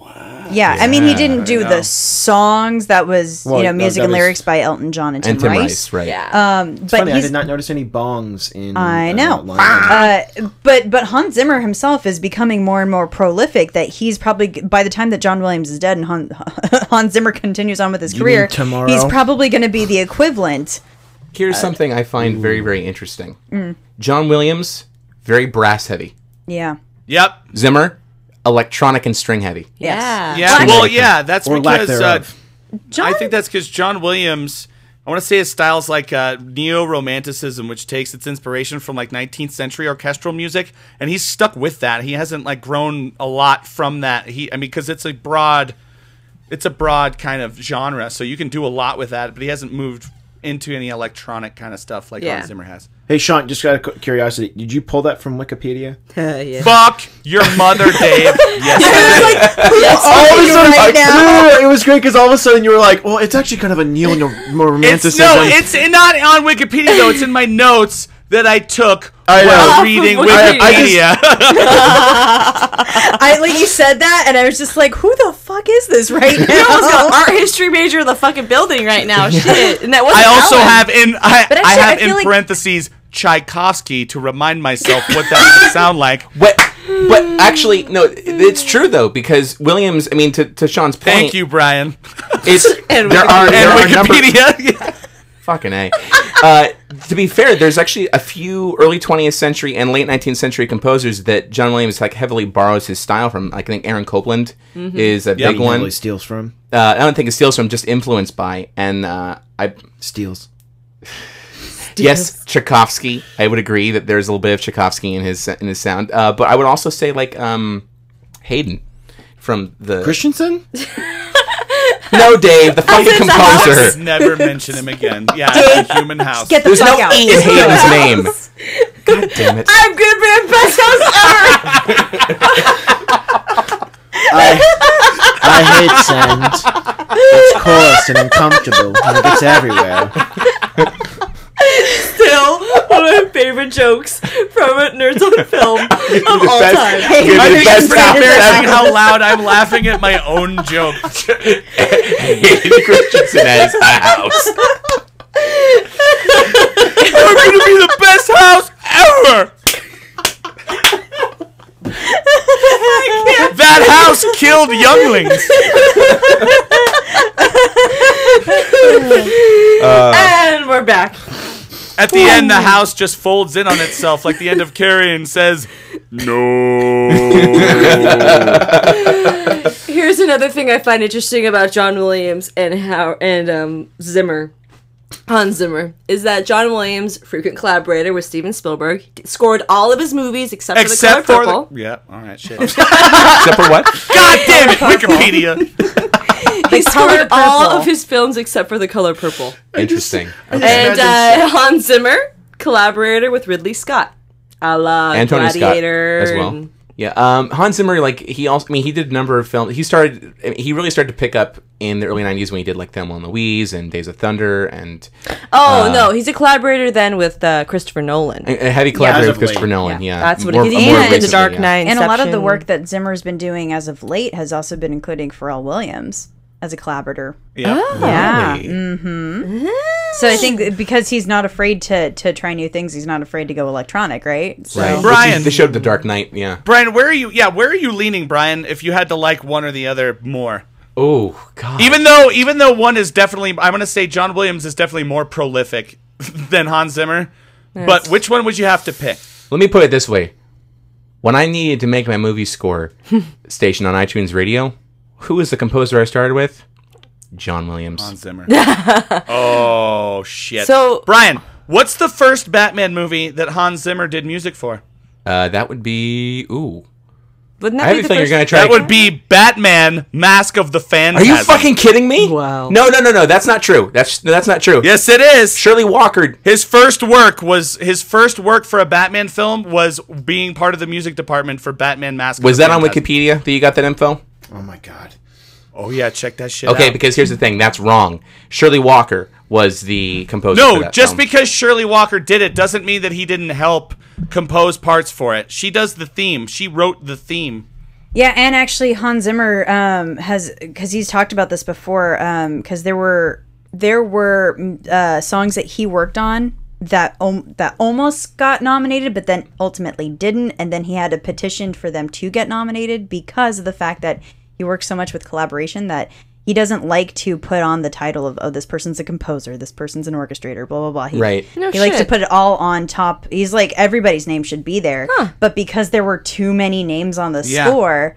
B: Yeah, I mean he didn't do
E: know.
B: the songs that was
C: Well,
B: you know
C: no,
B: music
C: that
B: and
C: was-
B: lyrics by Elton John and Tim,
D: And Tim
B: Rice.
D: Rice, right?
F: Yeah.
B: But
C: Funny, I
B: he's
C: did not notice any bongs in.
B: I
C: uh,
B: know.
C: Lion King.
B: Uh, but but Hans Zimmer himself is becoming more and more prolific. That he's probably by the time that John Williams is dead and Han, Hans Zimmer continues on with his career,
C: mean tomorrow?
B: he's probably going to be the equivalent.
D: Here's something I find very, very interesting. John Williams, very brass heavy.
B: Yeah.
E: Yep.
D: Zimmer, electronic and string heavy.
F: Yeah.
E: Yeah.
D: String
E: Well,
D: breaker.
E: yeah. That's
C: Or lack
E: because uh,
C: thereof.
E: I think that's because John Williams. I want to say his style's like uh, neo-romanticism, which takes its inspiration from like 19th century orchestral music, and he's stuck with that. He hasn't like grown a lot from that. He, I mean, because it's a broad, it's a broad kind of genre, so you can do a lot with that. But he hasn't moved into any electronic kind of stuff like
F: Yeah.
E: Hans Zimmer has.
C: Hey Sean, just out of cu- curiosity, did you pull that from Wikipedia?
F: Uh,
E: Fuck your mother, Dave. yes.
C: all of a sudden,
B: right
C: I-
B: now.
C: no, no, it was great because all of a sudden you were like, "Well, it's actually kind of a neo-romanticism."
E: It's, no, it's not on Wikipedia though. It's in my notes that I took
C: I
E: while
C: know.
E: reading
F: I- I
E: Wikipedia.
C: just-
B: I like you said that, and I was just like, "Who the fuck is this right now?"
F: art history major in the fucking building right now. Shit. And that was
E: I also have in I,
B: But
E: I
B: actually,
E: have
B: I
E: in
B: feel like-
E: parentheses Tchaikovsky to remind myself what that would sound like.
D: But but actually, no, it's true though because Williams. I mean, to, to Sean's point,
E: Thank you, Brian.
D: It's there are
E: And
D: there are, number,
E: Wikipedia.
D: Fucking A. Uh, to be fair, there's actually a few early 20th century and late 19th century composers that John Williams like heavily borrows his style from. Like, I think Aaron Copland
E: Mm-hmm.
D: is a big one.
C: Really steals from
D: Uh, I don't think it steals from, just influenced by. And uh, I
C: steals.
D: yes, Tchaikovsky. I would agree that there's a little bit of Tchaikovsky in his in his sound. Uh, but I would also say like um, Hayden from the
C: Christensen.
D: No, Dave, the fucking
E: Let's
D: composer.
E: never mention him again. Yeah, it's a human house.
B: Get the
D: There's
B: fuck
D: no
B: out.
D: E in Hayden's name. God damn it.
F: I'm gonna be the best house ever.
C: I, I hate sand. It's coarse and uncomfortable, and it gets everywhere.
F: Still one of my favorite jokes from a Nerds on Film of all
D: best-
F: time.
D: You're the
E: I think
D: best
E: it's
D: house
E: embarrassing
D: ever.
E: how loud I'm laughing at my own joke.
D: Hayden Christensen at his house.
E: I'm gonna be the best house ever. that house killed younglings.
F: and we're back.
E: At the end, the house just folds in on itself, like the end of Carrie, and says, "No."
F: Here's another thing I find interesting about John Williams and how and um, Zimmer, Hans Zimmer, is that John Williams, frequent collaborator with Steven Spielberg, scored all of his movies except, for
E: Except
F: The
E: for
F: Color Purple.
E: the- yeah. All right, shit.
D: Except for what?
E: God damn it, Wikipedia.
F: he scored
B: Color
F: all
B: Purple.
F: of his films except for The Color Purple.
D: Interesting.
F: and uh, Hans Zimmer, collaborator with Ridley Scott, a la
D: and Tony Scott
F: Gladiator
D: as well.
F: and-
D: Yeah, um, Hans Zimmer, like he also, I mean, he did a number of films. He started, I mean, he really started to pick up in the early '90s when he did like Thelma and Louise and Days of Thunder, and Uh,
F: Oh no, he's a collaborator then with uh, Christopher Nolan.
D: a heavy collaborator
C: as
D: with
C: of
D: Christopher
C: late.
D: Nolan. Yeah,
F: That's what
D: More-
F: he did.
D: more
F: And The
D: recently,
F: Dark
D: yeah.
F: Knight,
B: And a lot of the
F: Inception.
B: work that Zimmer's been doing as of late has also been including Pharrell Williams as a collaborator.
E: Yeah.
B: Yeah.
D: Really?
B: So I think that because he's not afraid to to try new things, he's not afraid to go electronic, right? So,
D: Right.
E: Brian.
D: Which is- They showed The Dark Knight. Yeah.
E: Brian, where are you? Yeah, where are you leaning, Brian? If you had to like one or the other more,
D: Oh God.
E: even though even though one is definitely, I'm gonna say John Williams is definitely more prolific than Hans Zimmer. But which one would you have to pick?
D: Let me put it this way: when I needed to make my movie score station on iTunes Radio, who was the composer I started with? John Williams.
E: Hans Zimmer. oh shit.
F: So-
E: Brian, what's the first Batman movie that Hans Zimmer did music for?
D: Uh, that would be ooh.
F: Wouldn't
D: I
F: that
D: have
F: be
D: a
F: the
D: feeling you're
F: first?
D: gonna try.
E: That would be Batman: Mask of the
D: Are
E: Phantasm.
D: you fucking kidding me?
F: Wow.
D: No, no, no, no. That's not true. That's no, that's not true.
E: Yes, it is.
D: Shirley Walker.
E: His first work was his first work for a Batman film was being part of the music department for Batman: Mask. of
D: Was
E: the
D: that on
E: Phantasm.
D: Wikipedia that you got that info?
C: Oh my god.
E: Oh yeah, check that shit.
D: Okay,
E: out.
D: because here's the thing. That's wrong. Shirley Walker was the composer. for
E: No,
D: that
E: just
D: film.
E: because Shirley Walker did it doesn't mean that he didn't help compose parts for it. She does the theme. She wrote the theme.
B: Yeah, and actually Hans Zimmer um, has because he's talked about this before because there were there were mm, uh, songs that he worked on that om- that almost got nominated, but then ultimately didn't, and then he had a petition for them to get nominated because of the fact that he works so much with collaboration that he doesn't like to put on the title of oh this person's a composer, this person's an orchestrator, blah blah blah. He,
D: Right.
F: No
B: he likes to
F: shit.
B: put it all on top. He's like everybody's name should be there, but because there were too many names on the
E: Yeah.
B: score,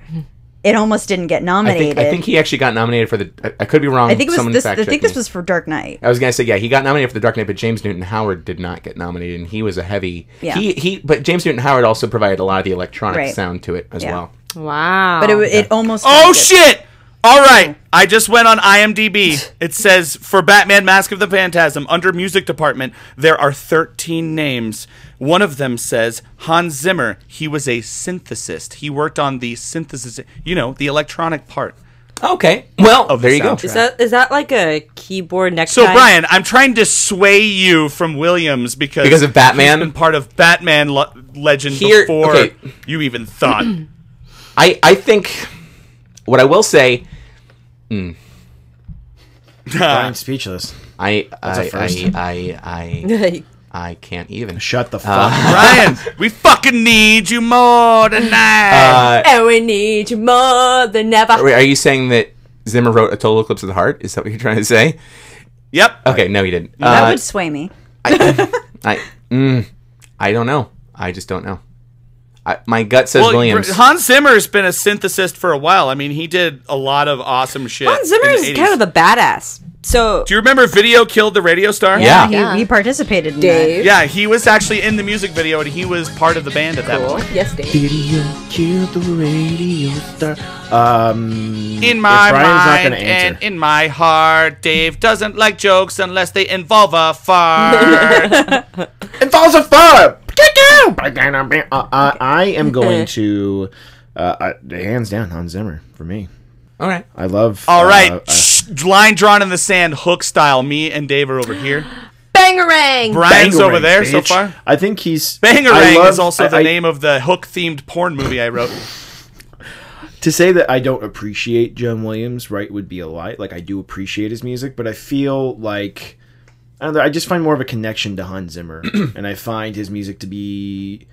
B: it almost didn't get
D: I think,
B: nominated.
D: I think he actually got nominated for the. I, I could be wrong.
B: it was
D: Someone
B: this.
D: fact
B: I
D: check
B: think
D: me.
B: this was for Dark
F: Oh,
B: Knight.
D: I was gonna say yeah, he got nominated for the Dark Knight, but James Newton Howard did not get nominated, and he was a heavy.
B: Yeah.
D: He he, but James Newton Howard also provided a lot of the electronic
B: Right.
D: sound to it as
B: Yeah.
D: well.
F: Wow.
B: But it, it almost.
E: Oh
B: didn't get-
E: shit! All right, I just went on IMDb. It says for Batman: Mask of the Phantasm under Music Department, there are 13 names. One of them says Hans Zimmer. He was a synthesist. He worked on the synthesis, you know, the electronic part.
D: Okay, well
E: Of Oh, the
D: there you go.
E: soundtrack.
F: Is that is that like a keyboard necktie?
E: So Brian, I'm trying to sway you from Williams because
D: Because of Batman?
E: He's been part of Batman le- legend
D: Here-
E: before
D: okay.
E: you even thought.
D: I I think what I will say,
C: I'm speechless.
D: I
C: a
D: I
C: first.
D: I, I I I can't even.
C: Shut the fuck. up.
E: Brian, we fucking need you more tonight.
D: Uh,
F: and oh, we need you more than ever.
D: Wait, are you saying that Zimmer wrote a total eclipse of the heart? Is that what you're trying to say?
E: Yep.
D: Okay, no, you didn't.
B: That
D: Uh,
B: would sway me.
D: I, mm, I don't know. I just don't know. I, my gut says
E: Well,
D: Williams.
E: Hans Zimmer's been a synthesist for a while. I mean, he did a lot of awesome shit.
F: Hans Zimmer
E: in the
F: is kind
E: 80s.
F: of a badass. So
E: Do you remember Video Killed the Radio Star?
D: Yeah.
B: he, he participated in
F: Dave.
E: Yeah, he was actually in the music video and he was part of the band at that
F: Cool.
E: point.
F: Yes, Dave.
C: Video uh, killed the radio star. Um,
E: In my
C: if Brian's not
E: mind
C: gonna answer.
E: and in my heart, Dave doesn't like jokes unless they involve a fart.
C: it falls afar. Uh, uh, I am going to, uh, uh, hands down, Hans Zimmer for me.
D: All right.
C: I love.
E: All right,
C: uh, uh,
E: shh, line drawn in the sand, hook style. Me and Dave are over here.
F: Bangarang.
E: Brian's
C: Bangarang,
E: over there so
C: bitch.
E: far.
C: I think he's I
E: Bangarang
C: love-
E: is also
C: I-
E: the
C: I-
E: name of the hook themed porn movie I wrote.
C: To say that I don't appreciate John Williams, right, would be a lie. Like I do appreciate his music, but I feel like I don't know. I just find more of a connection to Hans Zimmer, and I find his music to be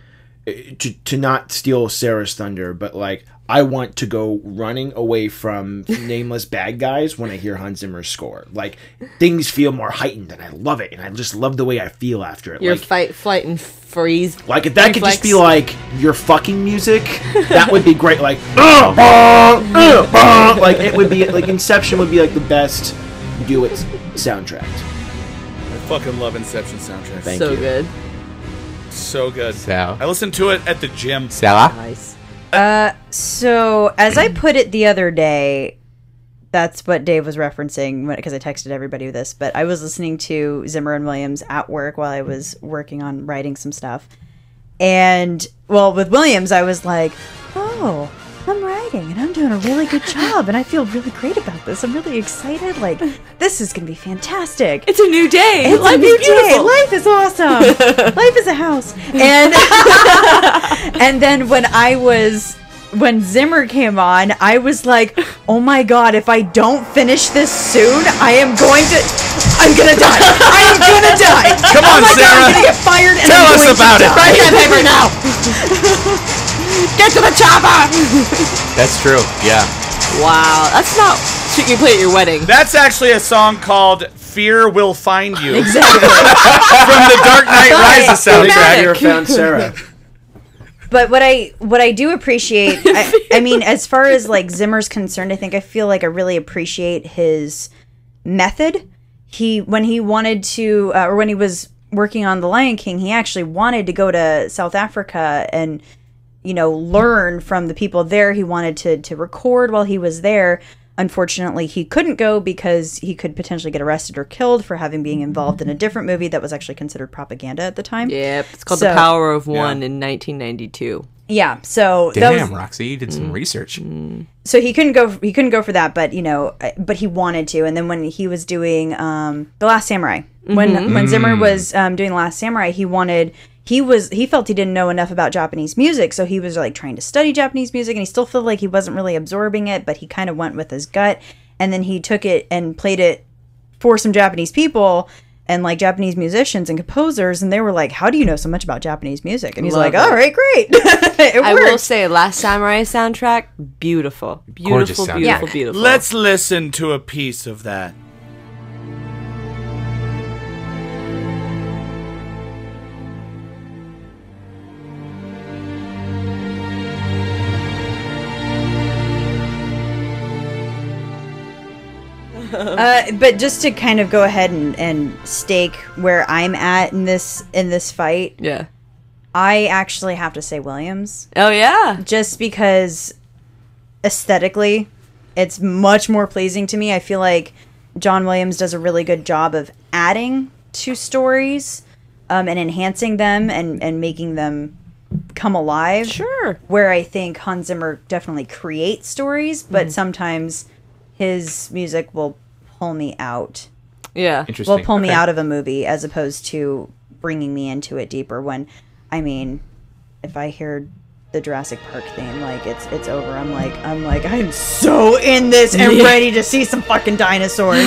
C: eh, to to not steal Sarah's thunder, but like I want to go running away from nameless bad guys when I hear Hans Zimmer's score. Like things feel more heightened, and I love it, and I just love the way I feel after it.
F: Your
C: like,
F: fight, flight, and freeze.
C: Like if that could just
F: reflex.
C: be like your fucking music, that would be great. Like, uh, bah, uh, bah. like it would be like Inception would be like the best do it soundtrack.
E: I fucking love Inception soundtrack.
C: Thank
F: so
C: you.
F: good.
E: So good.
D: So-
E: I listened to it at the gym.
D: Sarah?
F: Nice.
B: So, as I put it the other day, that's what Dave was referencing because I texted everybody this. But I was listening to Zimmer and Williams at work while I was working on writing some stuff. And well, with Williams, I was like, oh, I'm writing and I'm doing a really good job. And I feel really great about this. I'm really excited. Like, this is going to be fantastic.
F: It's a new day.
B: It's
F: Life
B: a
F: is
B: new day.
F: beautiful.
B: Life is awesome. Life is a house. And and then when I was when Zimmer came on, I was like, "Oh my god, if I don't finish this soon, I am going to I'm going to die. I am going to die.
E: Come on,
B: oh my god, I'm
E: Sarah.
B: going to get fired and
E: Tell
B: I'm
E: us
B: going
E: about
B: to
E: it.
B: die.
E: Write
B: that paper now. get to the chopper.
D: That's true. Yeah.
F: Wow, that's not shit you play at your wedding.
E: That's actually a song called "Fear Will Find You" from
B: Exactly.
E: the Dark Knight Rises
F: Thematic.
E: soundtrack.
C: Sarah found Sarah.
B: but what I what I do appreciate, I, I mean, as far as like Zimmer's concerned, I think I feel like I really appreciate his method. He when he wanted to, uh, or when he was working on The Lion King, he actually wanted to go to South Africa and you know learn from the people there. He wanted to to record while he was there. Unfortunately, he couldn't go because he could potentially get arrested or killed for having being involved in a different movie that was actually considered propaganda at the time.
F: Yep, it's called
B: So-
F: The Power of One in 1992.
B: Yeah. So that was
D: Damn, Roxy, you did some research.
B: so he couldn't go he couldn't go for that but you know uh, but he wanted to and then when he was doing um the last samurai when
F: Mm-hmm.
B: when zimmer was um, doing the last samurai he wanted he was he felt he didn't know enough about japanese music so he was like trying to study japanese music and he still felt like he wasn't really absorbing it but he kind of went with his gut and then he took it and played it for some japanese people and like japanese musicians and composers and they were like how do you know so much about japanese music and he's
F: Love
B: like
F: it.
B: all right great it
F: I
B: works
F: will say, Last Samurai soundtrack, beautiful,
D: Gorgeous
F: beautiful,
D: soundtrack.
F: beautiful,
D: Yeah.
F: beautiful.
E: Let's listen to a piece of that.
B: Uh, but just to kind of go ahead and, and stake where I'm at in this in this fight,
F: Yeah.
B: I actually have to say Williams,
F: Oh yeah.
B: just because aesthetically, it's much more pleasing to me. I feel like John Williams does a really good job of adding to stories um, and enhancing them and and making them come alive
F: Sure.
B: where I think Hans Zimmer definitely creates stories, but sometimes his music will pull me out.
F: Yeah.
D: Interesting.
B: Will pull me
D: Okay.
B: out of a movie as opposed to bringing me into it deeper. When, I mean, if I hear the Jurassic Park theme, like it's it's over. I'm like I'm like I'm so in this and ready to see some fucking dinosaurs,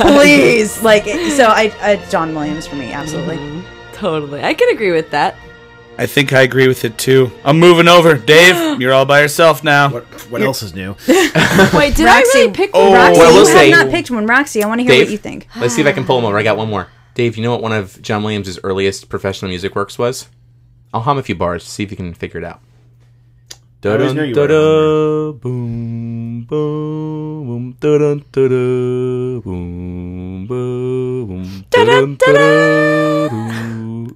B: please. Like it- so, I, I John Williams for me, absolutely.
F: Totally. I can agree with that.
E: I think I agree with it too. I'm moving over. Dave, you're all by yourself now.
C: What, what else is new?
F: Wait,
B: Roxy,
F: did I really pick
E: Oh.
F: one?
B: Roxy,
D: Well, I will
B: you
D: say-
B: have not picked one. Roxy, I want to hear
D: Dave,
B: what you think.
D: Let's see if I can pull him over. I got one more. Dave, you know what one of John Williams' earliest professional music works was? I'll hum a few bars to see if you can figure it out.
C: I always knew you were
D: Da-dun, da-da, boom, boom, da-dun, da-da, boom, boom, da-dun, da-da, doo,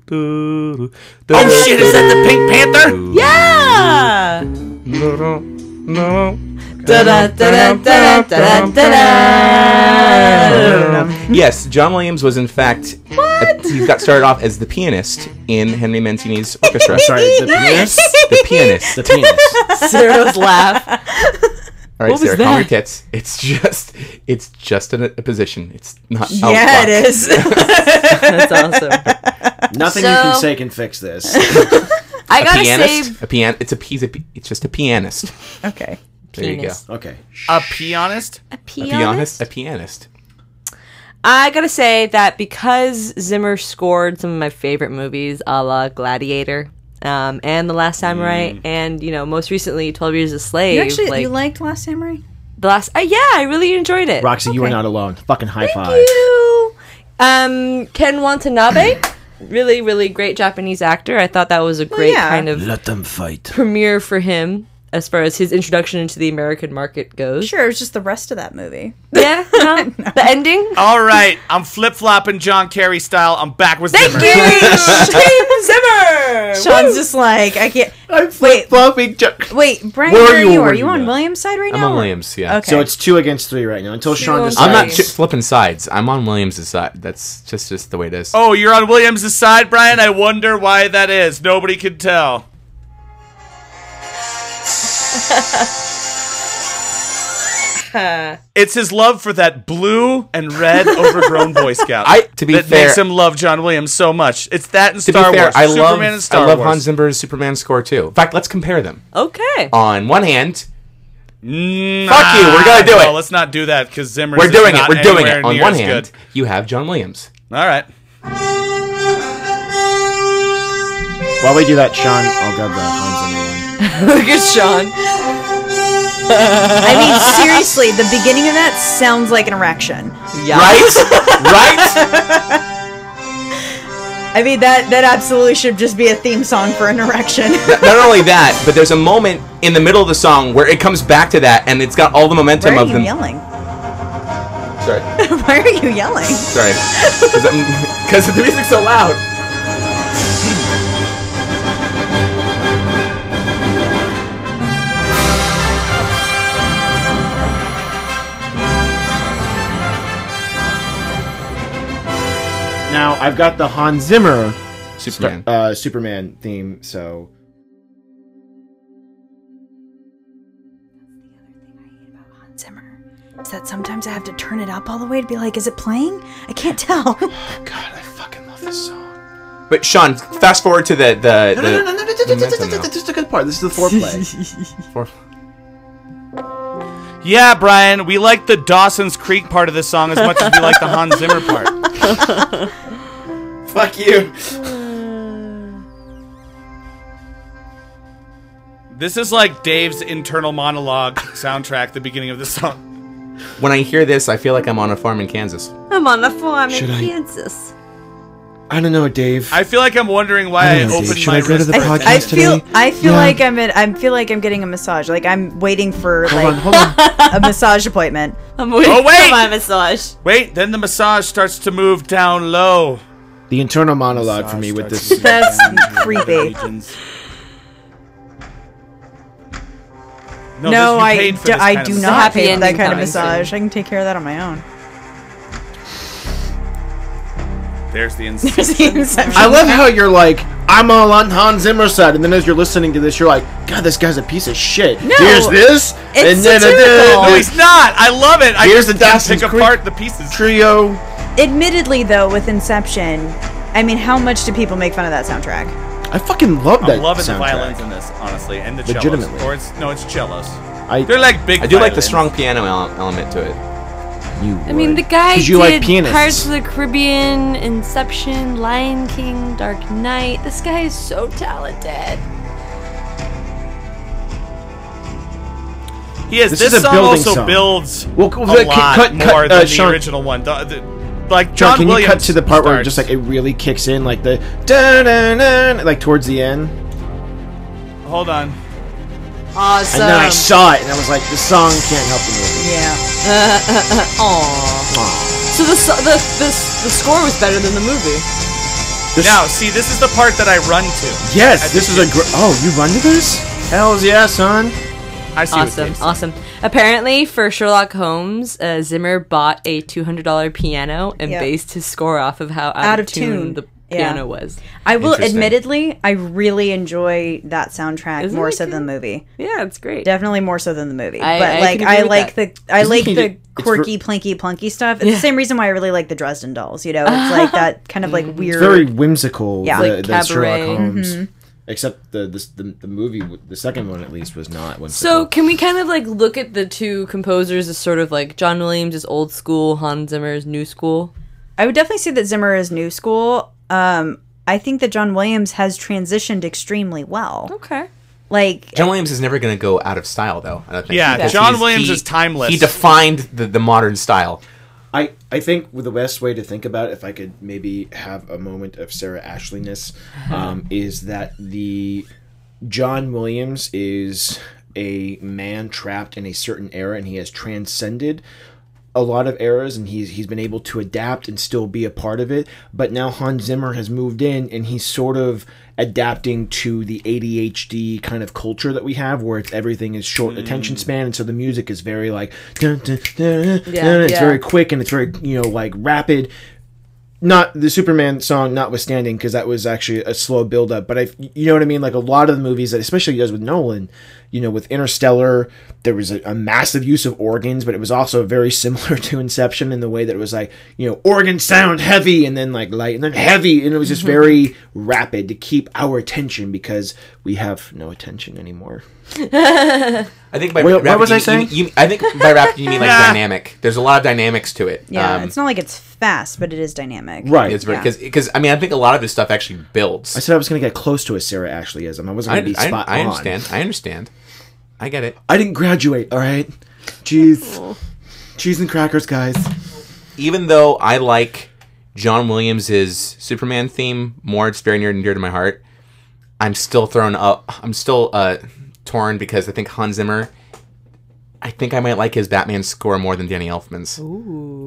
D: doo, doo,
E: Oh shit, is that the Pink Panther?
D: doo,
F: Yeah.
D: doo, doo.
F: Da-da, da-da, da-da, da-da, da-da.
D: yes, John Williams was in fact. He got started off as the pianist in Henry Mancini's orchestra.
C: Sorry, the penis.
D: the pianist.
C: The penis.
F: Sarah's laugh.
D: All right,
F: What was
D: Sarah, calm your
F: that?
D: tits. It's just, it's just an, a position. It's not.
B: Yeah, it is.
F: That's awesome.
C: Nothing you can
F: So-
C: say can fix this.
F: I
D: A
F: gotta
D: pianist.
F: say,
D: A pian. It's a piece. of- It's just a pianist.
B: okay.
D: There
F: Penis.
C: Okay.
E: A pianist?
F: a
D: you go. A pianist. A pianist.
F: I gotta say that because Zimmer scored some of my favorite movies, a la Gladiator, um, and The Last Samurai, and you know most recently Twelve Years a Slave.
B: You actually
F: like,
B: you liked Last Samurai?
F: the last? Uh, yeah, I really enjoyed it.
C: Roxy, you are not alone. Fucking high five.
F: you. Um, Ken Watanabe, really, really great Japanese actor. I thought that was a great
B: yeah.
F: kind of
C: Let them fight.
F: premiere for him as far as his introduction into the American market goes.
B: Sure, it was just the rest of that movie.
F: Yeah. no, The ending.
E: All right, I'm flip flopping John Kerry style. I'm back with Zimmer.
F: Zimmer.
B: Sean's just like, I can't. wait,
C: Flopping Chuck.
B: wait, Brian,
C: Where
B: where,
C: are
B: are
C: you?
B: you?
C: Where
B: Are
C: are
B: you
C: you
B: on
C: now?
B: Williams' side right
D: I'm
B: now?
D: on
B: or-
D: Williams. Yeah.
B: Okay.
C: So it's two against three right now until Sean
F: on
C: decides.
D: I'm not
F: Sorry.
D: ch- flipping sides. I'm on Williams' side. That's just just the way it is.
E: Oh, you're on Williams' side, Brian? I wonder why that is. Nobody can tell. it's his love for that blue and red overgrown Boy Scout.
D: I- to be
E: that
D: fair-
E: makes him love John Williams so much. It's that and
D: to
E: Star
D: be fair,
E: Wars.
D: I
E: Superman
D: love
E: and Star
D: I love
E: Wars.
D: Hans Zimmer's Superman score too. In fact, let's compare them.
F: Okay.
D: On one hand,
E: Nah,
D: Fuck you, we're gonna do
E: no,
D: it.
E: Let's not do that because Zimmer.
D: we're doing it. We're doing it. On one hand, you have John Williams.
E: all right.
C: While we do that, Sean, I'll grab the Hans Zimmer one.
F: Look at Sean.
B: I mean, seriously, the beginning of that sounds like an erection.
F: Yeah.
D: Right? right?
B: I mean, that that absolutely should just be a theme song for an erection.
D: Not only that, but there's a moment in the middle of the song where it comes back to that, and it's got all the momentum
B: Why are
D: of
B: you
D: them.
B: yelling?
D: Sorry,
B: Why are you yelling?
D: sorry, because the music's so loud.
C: Now I've got the Hans Zimmer
D: Superman.
C: uh, Superman theme. So
B: Zimmer. Is that sometimes I have to turn it up all the way to be like, is it playing? I can't tell.
D: God, I fucking love this song. But Sean, fast forward to the the. the momentum now.
C: just a good part. This is the foreplay.
D: For-
E: Yeah, Brian, we like the Dawson's Creek part of this song as much as we like the Hans Zimmer part.
C: Fuck you.
E: This is like Dave's internal monologue soundtrack, the beginning of the song.
D: When I hear this, I feel like I'm on a farm in Kansas.
F: I'm on the farm in
C: Should I-
F: Kansas.
C: I don't know, Dave.
E: I feel like I'm wondering why I,
C: don't know, Dave.
E: opened
C: Should
E: my
C: I go to
E: wrist.
C: the
B: I,
C: podcast
B: I feel
C: today?
B: I feel
C: Yeah.
B: like I'm in, I feel like I'm getting a massage. Like I'm waiting for
C: hold on,
B: like
C: hold on.
B: a massage appointment.
F: I'm waiting
E: Oh, wait!
F: for my massage.
E: Wait, then the massage starts to move down low.
C: The internal monologue for me with
E: Starts
C: this.
B: That's creepy.
E: regions.
B: No,
E: this- you
B: I
E: paid for
B: do,
E: this
B: I
E: kind of
B: do
E: massage.
B: not
F: Happy
B: pay for that
F: ending
B: kind of
F: coming soon.
B: massage. I can take care of that on my own.
E: There's the inside.
B: There's the inception.
C: I love how you're like, I'm all on Hans Zimmer's side, and then as you're listening to this, you're like, God, this guy's a piece of shit. No, Here's this, and then
B: satirical.
E: no,
C: a
E: he's not. I love it. I
C: Here's the
E: just can't
C: Dawson's
E: pick
C: Creek.
E: apart the pieces.
C: trio.
B: Admittedly, though, with Inception, I mean, how much do people make fun of that soundtrack?
C: I fucking love that.
E: I'm loving the
C: soundtrack.
E: violins in this, honestly, and the cellos.
C: Legitimately.
E: Or it's no, it's cellos.
C: I,
E: They're like big.
D: I do like the
E: violins.
D: strong piano ele- element to it.
C: You
F: I mean, the guy
C: 'Cause you like
F: did
C: pianists.
F: Pirates of the Caribbean, Inception, Lion King, Dark Knight. This guy is so talented.
E: He has
C: This
E: this,
C: is a
E: song
C: building
E: also
C: song.
E: builds
C: Well,
E: a
C: c- cut-
E: lot
C: cut-
E: more
C: cut, uh,
E: than
C: Sean-
E: the original one. The- the- like
C: John,
E: John,
C: can
E: Williams
C: you cut to the part where
E: starts.
C: just like it really kicks in, like the da da da, like towards the end?
E: hold on.
B: Awesome.
C: And then I saw it, and I was like, the song can't help the movie.
B: yeah.
F: So the so- the the, the score was better than the movie.
C: This-
E: Now, see, this is the part that I run to.
C: yes, this is a gr- oh, you run to this? Hell's yeah, son.
E: I see what
F: Awesome,
E: Dave's saying.
F: awesome. Apparently, for Sherlock Holmes, uh, Zimmer bought a two hundred dollar piano and
B: Yeah.
F: based his score off of how out,
B: Out
F: of
B: of
F: tune,
B: tune.
F: the
B: Yeah.
F: piano was.
B: I will
D: Interesting.
B: admittedly, I really enjoy that soundtrack
F: Isn't
B: more
F: it
B: so than
F: good?
B: the movie.
F: Yeah, it's great.
B: Definitely more so than the movie.
F: I-
B: but
F: I
B: like
F: can
B: I,
F: agree with
B: like
F: that.
B: the I like
C: he
B: the
C: did- it's
B: quirky, plinky, plunky stuff. It's the same reason why I really like the Dresden Dolls. You know, it's like that kind of like
F: Mm-hmm.
B: weird.
C: Very whimsical.
B: Yeah.
C: the,
F: Like
C: the
F: cabaret. Mm-hmm.
C: Sherlock Holmes. Except the, this, the the movie, w- the second one at least, was not
F: So
C: whimsical.
F: can we kind of like look at the two composers as sort of like John Williams is old school, Hans Zimmer is new school.
B: I would definitely say that Zimmer is new school. Um, I think that John Williams has transitioned extremely well.
F: Okay.
B: Like
D: John Williams is never going to go out of style, though. I don't think.
E: Yeah,
D: Because
E: John
D: he's-
E: Williams
D: he-
E: is timeless.
D: He defined the, the modern style.
C: I, I think the best way to think about it, if I could maybe have a moment of Sarah Ashleyness,
F: Uh-huh.
C: um, is that the John Williams is a man trapped in a certain era, and he has transcended a lot of eras, and he's he's been able to adapt and still be a part of it. But now Hans Zimmer has moved in, and he's sort of adapting to the ADHD kind of culture that we have, where it's everything is short attention span, and so the music is very like dun, dun, dun, dun,
F: Yeah,
C: dun, it's
F: yeah.
C: very quick and it's very you know like rapid not the Superman song, notwithstanding, because that was actually a slow build up. But I, you know what I mean. Like a lot of the movies that, especially he does with Nolan, you know, with Interstellar, there was a, a massive use of organs, but it was also very similar to Inception in the way that it was like, you know, organ sound heavy, and then like light, and then heavy, and it
D: Mm-hmm.
C: was just very rapid to keep our attention because we have no attention anymore.
D: I think by
C: Wait, what
D: rapid,
C: was
D: you-
C: I saying?
D: You, you- I think by rapid you mean like dynamic. There's a lot of dynamics to it.
B: yeah,
D: Um,
B: it's not like it's fast, but it is dynamic.
C: Right.
D: it's very
B: yeah.
D: because I mean I think a lot of his stuff actually builds.
C: I said I was going to get close to a Sarah Ashleyism. I wasn't
D: I,
C: going to be
D: I-
C: spot
D: I
C: on.
D: understand. I understand. I get it.
C: I didn't graduate. All right. Jeez. Cheese and crackers, guys.
D: Even though I like John Williams' Superman theme more, it's very near and dear to my heart. I'm still thrown up. I'm still uh, torn because I think Hans Zimmer. I think I might like his Batman score more than Danny Elfman's.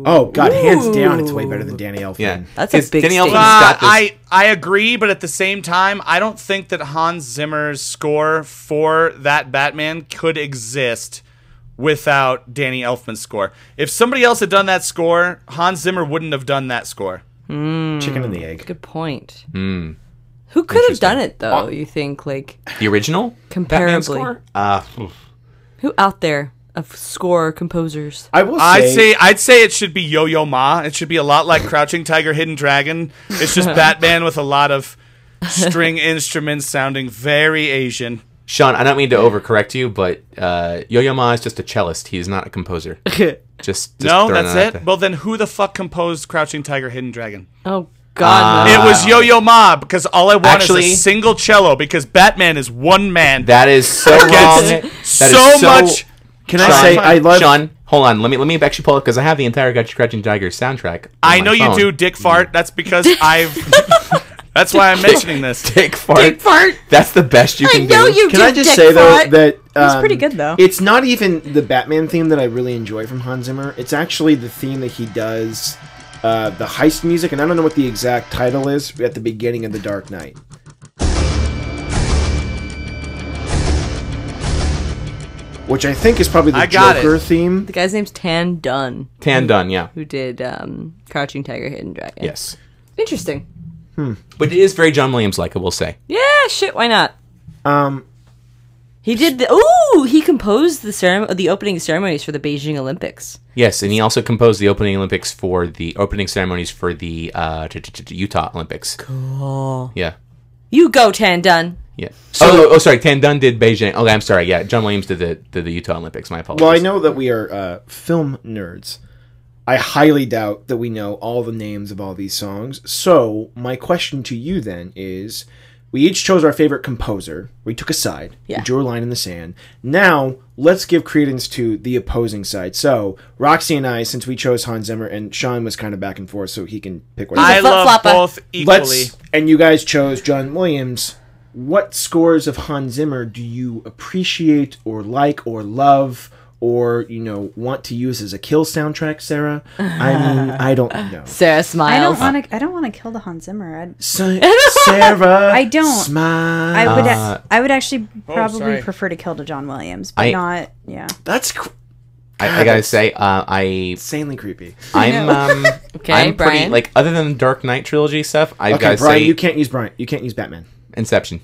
C: Oh God, hands down, it's way better than Danny Elfman.
D: Yeah,
F: That's a
D: 'Cause
F: big
D: Danny
F: statement.
D: Elfman's
E: Uh,
D: got this.
E: I I agree, but at the same time, I don't think that Hans Zimmer's score for that Batman could exist without Danny Elfman's score. If somebody else had done that score, Hans Zimmer wouldn't have done that score.
C: Chicken and the egg.
F: Good point.
E: Hmm.
F: Who could have done it
E: Uh,
F: though? you think like
D: the original Batman
F: Comparably.
D: score. Uh, oof.
F: who out there of score composers?
C: I will say.
E: I'd say I'd say it should be Yo Yo Ma. It should be a lot like Crouching Tiger, Hidden Dragon. It's just Batman with a lot of string instruments sounding very Asian.
D: Sean, I don't mean to overcorrect you, but uh, Yo-Yo Ma is just a cellist. He is not a composer. just, just
E: No,
D: throwing
E: that's
D: out
E: it.
D: there.
E: Well, then who the fuck composed Crouching Tiger, Hidden Dragon?
F: Oh God,
E: Ah. It was Yo Yo Ma because all I want
D: Ah. Actually-
E: is a single cello because Batman is one man.
D: That is so wrong. That is
E: so much-
C: can
D: Sean,
C: I say I love?
D: Sean, hold on. Let me let me actually pull up because I have the entire Got Crouching Tiger soundtrack. on
E: I
D: my
E: know you
D: phone.
E: do, Dick Fart. That's because I've. that's why I'm mentioning this.
D: Dick fart.
F: Dick fart.
D: That's the best you
F: I
D: can
F: know
D: do.
F: you
C: Can
F: did
C: I just
F: Dick
C: say
F: Fart.
C: though that um,
B: pretty good, though.
C: It's not even the Batman theme that I really enjoy from Hans Zimmer. It's actually the theme that he does, uh, the heist music, and I don't know what the exact title is at the beginning of The Dark Knight. Which I think is probably the
E: I got
C: Joker
E: it.
C: theme.
F: the guy's name's Tan Dunn,
D: Tan Dunn, yeah.
F: who did um, Crouching Tiger, Hidden Dragon.
D: Yes.
F: interesting.
D: But it is very John Williams like, I will say.
F: Yeah, shit. Why not?
C: Um,
F: He did the. Ooh, he composed the ceremony, the opening ceremonies for the Beijing Olympics.
D: Yes, and he also composed the opening Olympics for the opening ceremonies for the uh, t- t- t- Utah Olympics. Cool. Yeah.
F: You go, Tan Dunn.
D: Yeah. oh, oh, sorry. Tan Dunn did Beijing. Okay, I'm sorry. Yeah, John Williams did the did the Utah Olympics. My apologies.
C: Well, I know that we are uh, film nerds, I highly doubt that we know all the names of all these songs. So, my question to you then is we each chose our favorite composer. We took a side.
F: Yeah.
C: We drew a line in the sand. Now, let's give credence to the opposing side. So, Roxy and I, since we chose Hans Zimmer, and Sean was kind of back and forth, so he can pick what
E: I love
F: flip-flopper.
E: both equally.
C: Let's, and you guys chose John Williams. What scores of Hans Zimmer do you appreciate or like or love or you know want to use as a kill soundtrack, Sarah? I mean, I don't know.
B: I
F: Sarah
B: don't
F: smiles.
B: want to. I don't want to kill the Hans Zimmer. I'd,
C: Sa- Sarah,
B: I don't.
C: smile.
B: I would. I would actually probably
E: sorry.
B: prefer to kill to John Williams, but
D: I-
B: not. Yeah.
C: That's cr-
D: I, I gotta say, uh, I
C: insanely creepy.
D: I'm um,
F: Okay,
D: I'm pretty
F: Brian.
D: like other than the Dark Knight trilogy stuff. I
C: Okay,
D: gotta
C: Brian,
D: say,
C: you can't use Brian. You can't use Batman.
D: Inception.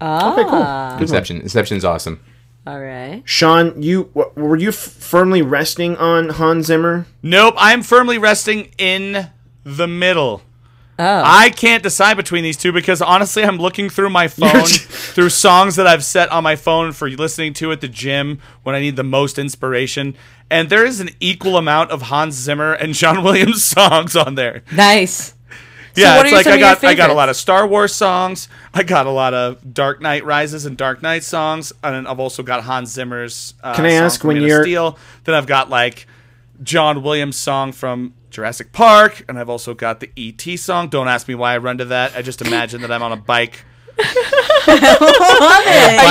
F: Ah,
D: Inception. Inception's awesome.
F: all right.
C: Sean, you wh- were you f- firmly resting on Hans Zimmer?
E: Nope, I'm firmly resting in the middle.
F: Oh.
E: I can't decide between these two because honestly, I'm looking through my phone, through songs that I've set on my phone for listening to at the gym when I need the most inspiration. And there is an equal amount of Hans Zimmer and John Williams songs on there.
F: Nice.
E: yeah,
F: what
E: it's
F: are
E: like
F: some
E: I
F: of your
E: got I got a
F: favorites?
E: lot of Star Wars songs. I got a lot of Dark Knight Rises and Dark Knight songs, and I've also got Hans Zimmer's. Uh,
C: Can I
E: song
C: ask
E: from
C: when
E: Man of
C: you're-
E: Steel. Then I've got like John Williams song from Jurassic Park, and I've also got the E.T. song. Don't ask me why I run to that. I just imagine that I'm on a bike.
F: Are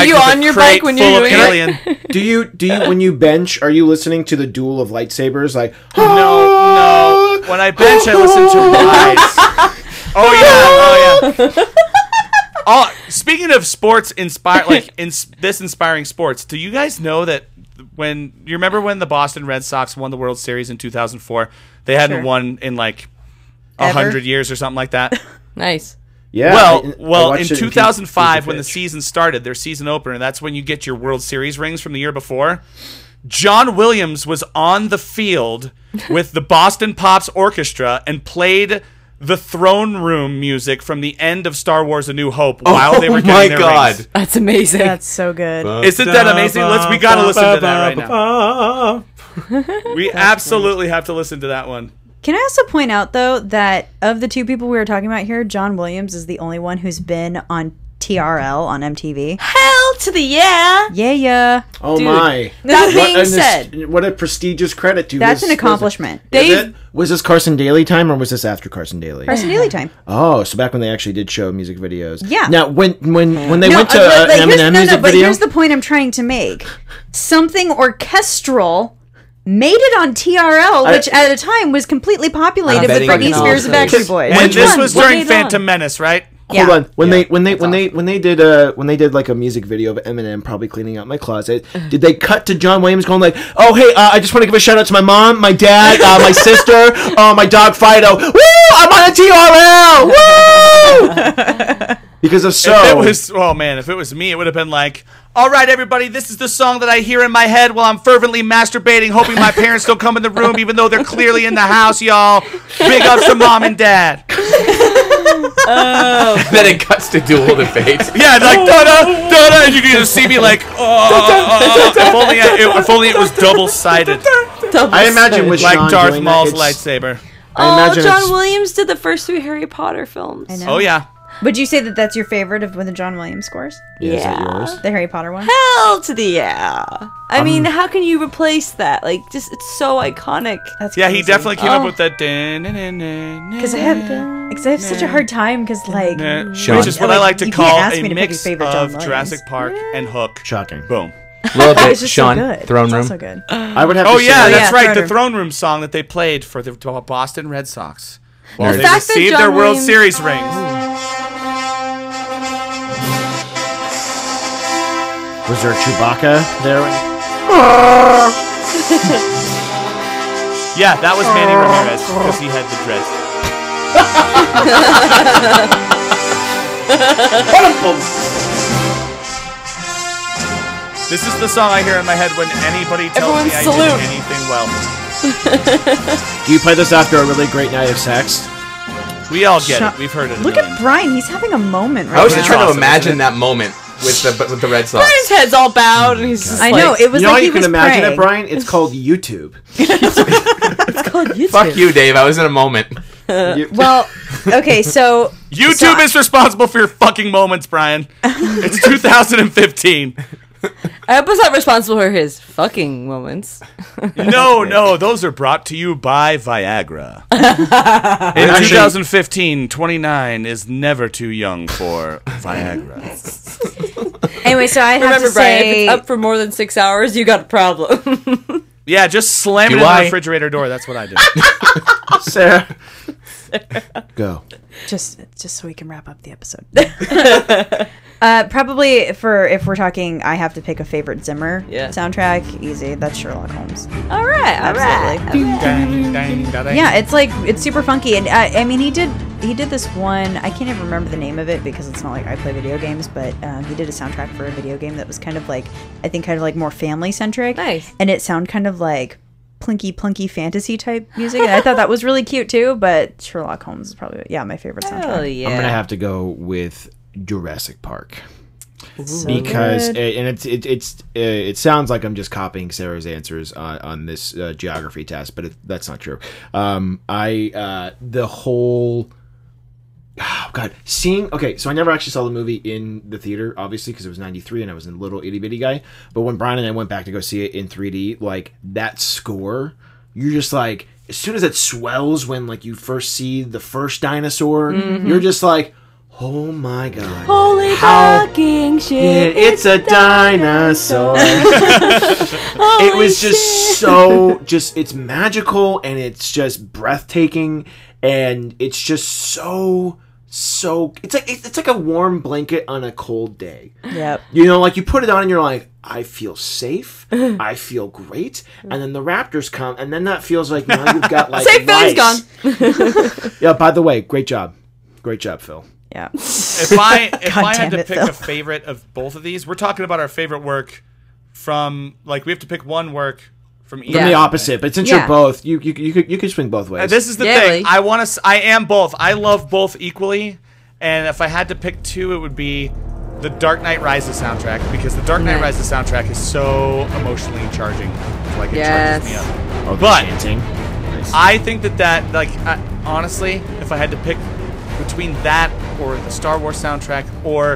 F: you
E: with a
F: on your
E: crate
F: bike when you're
E: full of
F: doing it?
E: alien.
C: Do you do you when you bench? Are you listening to the duel of lightsabers? Like
E: No, no. When I bench, I listen to Rise. Oh yeah, oh yeah. Oh, speaking of sports, inspire like ins- this inspiring sports. Do you guys know that when you remember when the Boston Red Sox won the World Series in 2004? They hadn't
B: Sure.
E: won in like a
B: Ever?
E: hundred years or something like that.
F: Nice.
C: Yeah. I-
E: Well,
C: I
E: well, in
C: watched it King-
E: 2005
C: King's
E: when the
C: Pitch.
E: season started, their season opener, that's when you get your World Series rings from the year before. John Williams was on the field with the Boston Pops Orchestra and played the throne room music from the end of Star Wars: A New Hope while they were
D: oh
E: getting
D: my
E: their rings.
D: god!
F: That's amazing.
B: That's so good.
E: Isn't that amazing? Let's we gotta listen to that right now.
C: now.
E: We absolutely have to listen to that one.
B: Can I also point out though that of the two people we were talking about here, John Williams is the only one who's been on TRL on MTV.
F: Hell to the yeah.
B: Yeah, yeah.
C: Oh my!
F: That
C: What
F: being
C: an est-
F: said-
C: what a prestigious credit to
B: That's
C: his-
B: an accomplishment.
C: Was,
F: They
C: it- was this Carson Daly time or was this after Carson Daily?
B: Carson Daly time.
C: Oh, so back when they actually did show music videos.
B: Yeah.
C: Now when when when they went to
B: uh, but-
C: uh,
B: but
C: an
B: here's-
C: Eminem
B: no, no,
C: music
B: but
C: video.
B: here's the point I'm trying to make. Something orchestral made it on TRL, which at a time was completely populated with
D: betting we
B: Britney
D: can all
B: Spears and
D: say-
B: Backstreet Boys.
E: And
C: Which
E: this
C: one?
E: was
F: What
E: during
F: made it on?
E: Phantom Menace, right?
B: Yeah.
C: Hold on. When they when they when they when they did uh when they did like a music video of Eminem probably cleaning out my closet, did they cut to John Williams going like, "Oh hey, uh, I just want to give a shout out to my mom, my dad, uh, my sister, uh, my dog Fido. Woo! I'm on a TRL. Woo!" because if so,
E: If it was, oh man, if it was me, it would have been like, all right, everybody, this is the song that I hear in my head while I'm fervently masturbating, hoping my parents don't come in the room, even though they're clearly in the house, y'all. Big ups to mom and dad.
D: then it cuts to Duel of the Fates.
E: Yeah, like da da da da, and you can just see me like, oh, oh, oh, if only I, it, if only it was double sided,
C: I imagine with Sean
E: like Darth
C: doing that,
E: Maul's
C: it's-
E: lightsaber.
C: I
F: Oh,
C: imagine
F: John
C: it's-
F: Williams did the first three Harry Potter films.
B: I know.
E: Oh yeah,
B: Would you say that that's your favorite of when the John Williams scores?
C: Yeah, is that
F: Yeah.
C: yours?
B: The Harry Potter one?
F: Hell to the yeah. I mean, how can you replace that? Like, just it's so iconic.
B: That's
E: yeah, he
B: crazy.
E: definitely came up
F: Oh.
E: with that. dun- dun- dun- dun-
B: Because I have, because I have such a hard time. Because like,
E: dun-
D: Sean.
E: Which is what
B: Like,
E: I like to
B: you can't
E: call
B: ask
E: a
B: me to pick your
E: mix
B: favorite John
E: of
B: Williams.
E: Jurassic Park and Hook.
C: Shocking.
E: Boom.
D: Love it,
B: it's just
D: Sean.
B: so good.
D: Throne
B: It's
D: room.
B: also good.
C: I would have.
E: Oh
C: to
E: yeah,
C: say,
E: that's
B: yeah,
E: right. The
B: Throne
E: throne room song that they played for the Boston Red Sox. Well,
D: Nerd.
E: they
D: The
F: fact that
E: received their
F: John
E: World
F: Williams-
E: Series rings.
C: Was there Chewbacca there?
E: Yeah, that was Manny
F: Oh.
E: Ramirez because he had the dreads. This is the song I hear in my head when anybody tells
F: Everyone
E: me I
F: salute.
E: did anything well.
C: Do you play this after a really great night of sex?
E: We all get
B: Shut-
E: it. We've heard it. a
B: Look
E: million
B: at Brian. He's having a moment right
D: I was
B: now.
D: just trying
E: Awesome,
D: to imagine
E: isn't
D: that moment. with the with the red sauce.
F: Brian's head's all bowed, and he's just
B: I
F: like,
B: know it was
C: you know
B: like
C: how
B: he
C: you can
B: was
C: imagine
B: praying.
C: it, Brian? It's called YouTube.
D: Fuck you, Dave. I was in a moment.
C: You-
B: Well, okay, so
E: YouTube
B: So I-
E: is responsible for your fucking moments, Brian. It's 2015.
F: I was not responsible for his fucking moments.
E: No, no, those are brought to you by Viagra. In
C: actually-
E: 2015, 29 is never too young for Viagra.
B: anyway, so I have to
F: Remember, Brian, if
B: say,
F: it's up for more than six hours, you got a problem.
E: Yeah, just slam
D: Do
E: it in
D: I?
E: the refrigerator door. That's what I do.
C: Sarah. Go.
B: just just so we can wrap up the episode. uh, probably for if we're talking, I have to pick a favorite Zimmer
F: Yeah.
B: soundtrack. Easy, that's Sherlock Holmes.
F: all right, all right.
B: Absolutely. Yeah, it's like it's super funky, and uh, I, I mean, he did he did this one. I can't even remember the name of it because it's not like I play video games, but um, he did a soundtrack for a video game that was kind of like I think kind of like more family centric.
F: Nice.
B: and it sound kind of like plinky plunky fantasy type music. And I thought that was really cute too. But Sherlock Holmes is probably yeah my favorite
F: Hell
B: soundtrack.
F: yeah.
C: I'm gonna have to go with Jurassic Park
B: So
C: because
B: good.
C: and it's it, it's uh, it sounds like I'm just copying Sarah's answers on, on this uh, geography test, but it, that's not true. Um, I uh, the whole oh god seeing okay so i never actually saw the movie in the theater obviously because it was 93 and i was a little itty-bitty guy but when brian and i went back to go see it in 3d like that score you're just like as soon as it swells when like you first see the first dinosaur you're just like oh my god
F: Holy
C: How-
F: fucking shit.
C: it's a dinosaur. it was just so just it's magical and it's just breathtaking and it's just so so it's like it's like a warm blanket on a cold day.
B: Yep.
C: You know, like you put it on and you're like, I feel safe, I feel great, and then the Raptors come, and then that feels like now you've got like
F: Safe feeling's gone.
C: lice. yeah. By the way, great job, great job, Phil.
B: Yeah.
E: if I if
B: God
E: I had
B: damn
E: to
B: it,
E: pick
B: Phil.
E: a favorite of both of these, we're talking about our favorite work from like we have to pick one work from each.
F: From
C: The
F: Yeah.
C: opposite, but since
B: Yeah.
C: you're both, you you you could you could swing both ways.
E: Uh, This is the
F: Yeah,
E: thing.
F: really.
E: I want to. I am both. I love both equally. And if I had to pick two, it would be the Dark Knight Rises soundtrack because the Dark Knight
F: Nice.
E: Rises soundtrack is so emotionally charging. Like it
F: Yes.
E: charges me up.
C: Oh, the
E: But-
C: chanting. Nice.
E: I think that that like I, honestly, if I had to pick between that or the Star Wars soundtrack or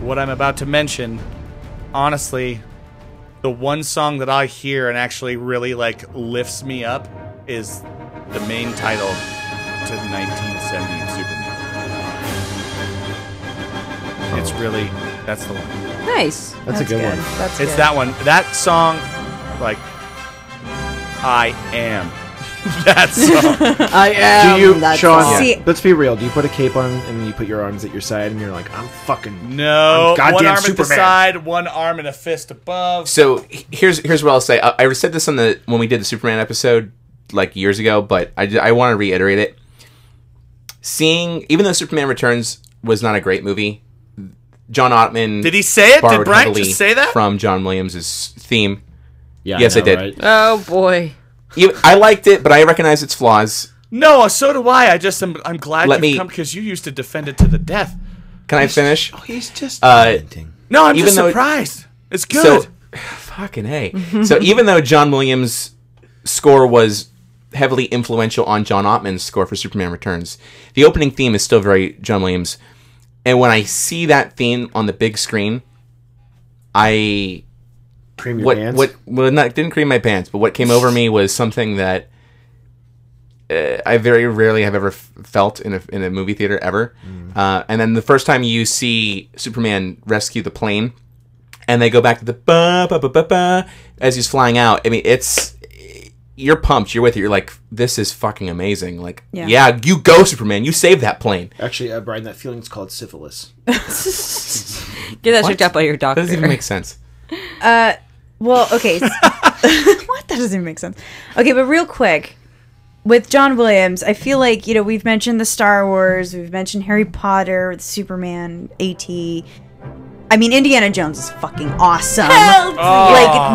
E: what I'm about to mention, honestly, the one song that I hear and actually really like lifts me up is the main title to 1970 Superman. It's really that's the one.
F: Nice.
C: That's, a good, one.
B: That's
E: It's
B: good.
E: that one. That song, like I am. that song.
F: I am.
C: Do you, Sean?
B: all. See-
C: let's be real. Do you put a cape on and you put your arms at your side and you're like, I'm fucking
E: No,
C: I'm goddamn
E: one arm at the
C: Superman.
E: side, one arm and a fist above.
D: So he- here's here's what I'll say. I, I said this on the when we did the Superman episode like years ago, but I, want to reiterate it. Seeing even though Superman Returns was not a great movie, John Ottman
E: Did he say it? Did
D: borrowed
E: Brian
D: heavily
E: just say that?
D: from John Williams' theme?
C: yeah.
D: Yes, I did.
C: Uh,
F: Oh boy.
D: You- I liked it, but I recognize its flaws.
E: no, so do I. I just am, I'm glad
D: Let
E: you've
D: me-
E: come because you used to defend it to the death.
D: Can I finish?
C: He's just
D: Uh,
E: No, I'm
D: Even
E: just
D: though-
E: surprised. It's good.
D: So, fucking a. so even though John Williams' score was heavily influential on John Ottman's score for Superman Returns, the opening theme is still very John Williams. And when I see that theme on the big screen, I
C: cream your
D: what
C: pants.
D: what well not didn't cream my pants, but what came over me was something that uh, I very rarely have ever f- felt in a in a movie theater ever. Uh, and then the first time you see Superman rescue the plane, and they go back to the ba ba ba ba ba as he's flying out. I mean, it's you're pumped. You're with it. You're like, this is fucking amazing. Like,
B: Yeah.
D: yeah, you go, Superman. You save that plane.
C: Actually, uh, Brian, that feeling's called syphilis.
F: Get that checked out by your
D: That
F: doctor.
D: doesn't even make sense.
B: Well, okay. s- what? That doesn't even make sense. Okay, but real quick, with John Williams, I feel like, you know, we've mentioned the Star Wars, we've mentioned Harry Potter, Superman, A.T. I mean, Indiana Jones is fucking awesome. Like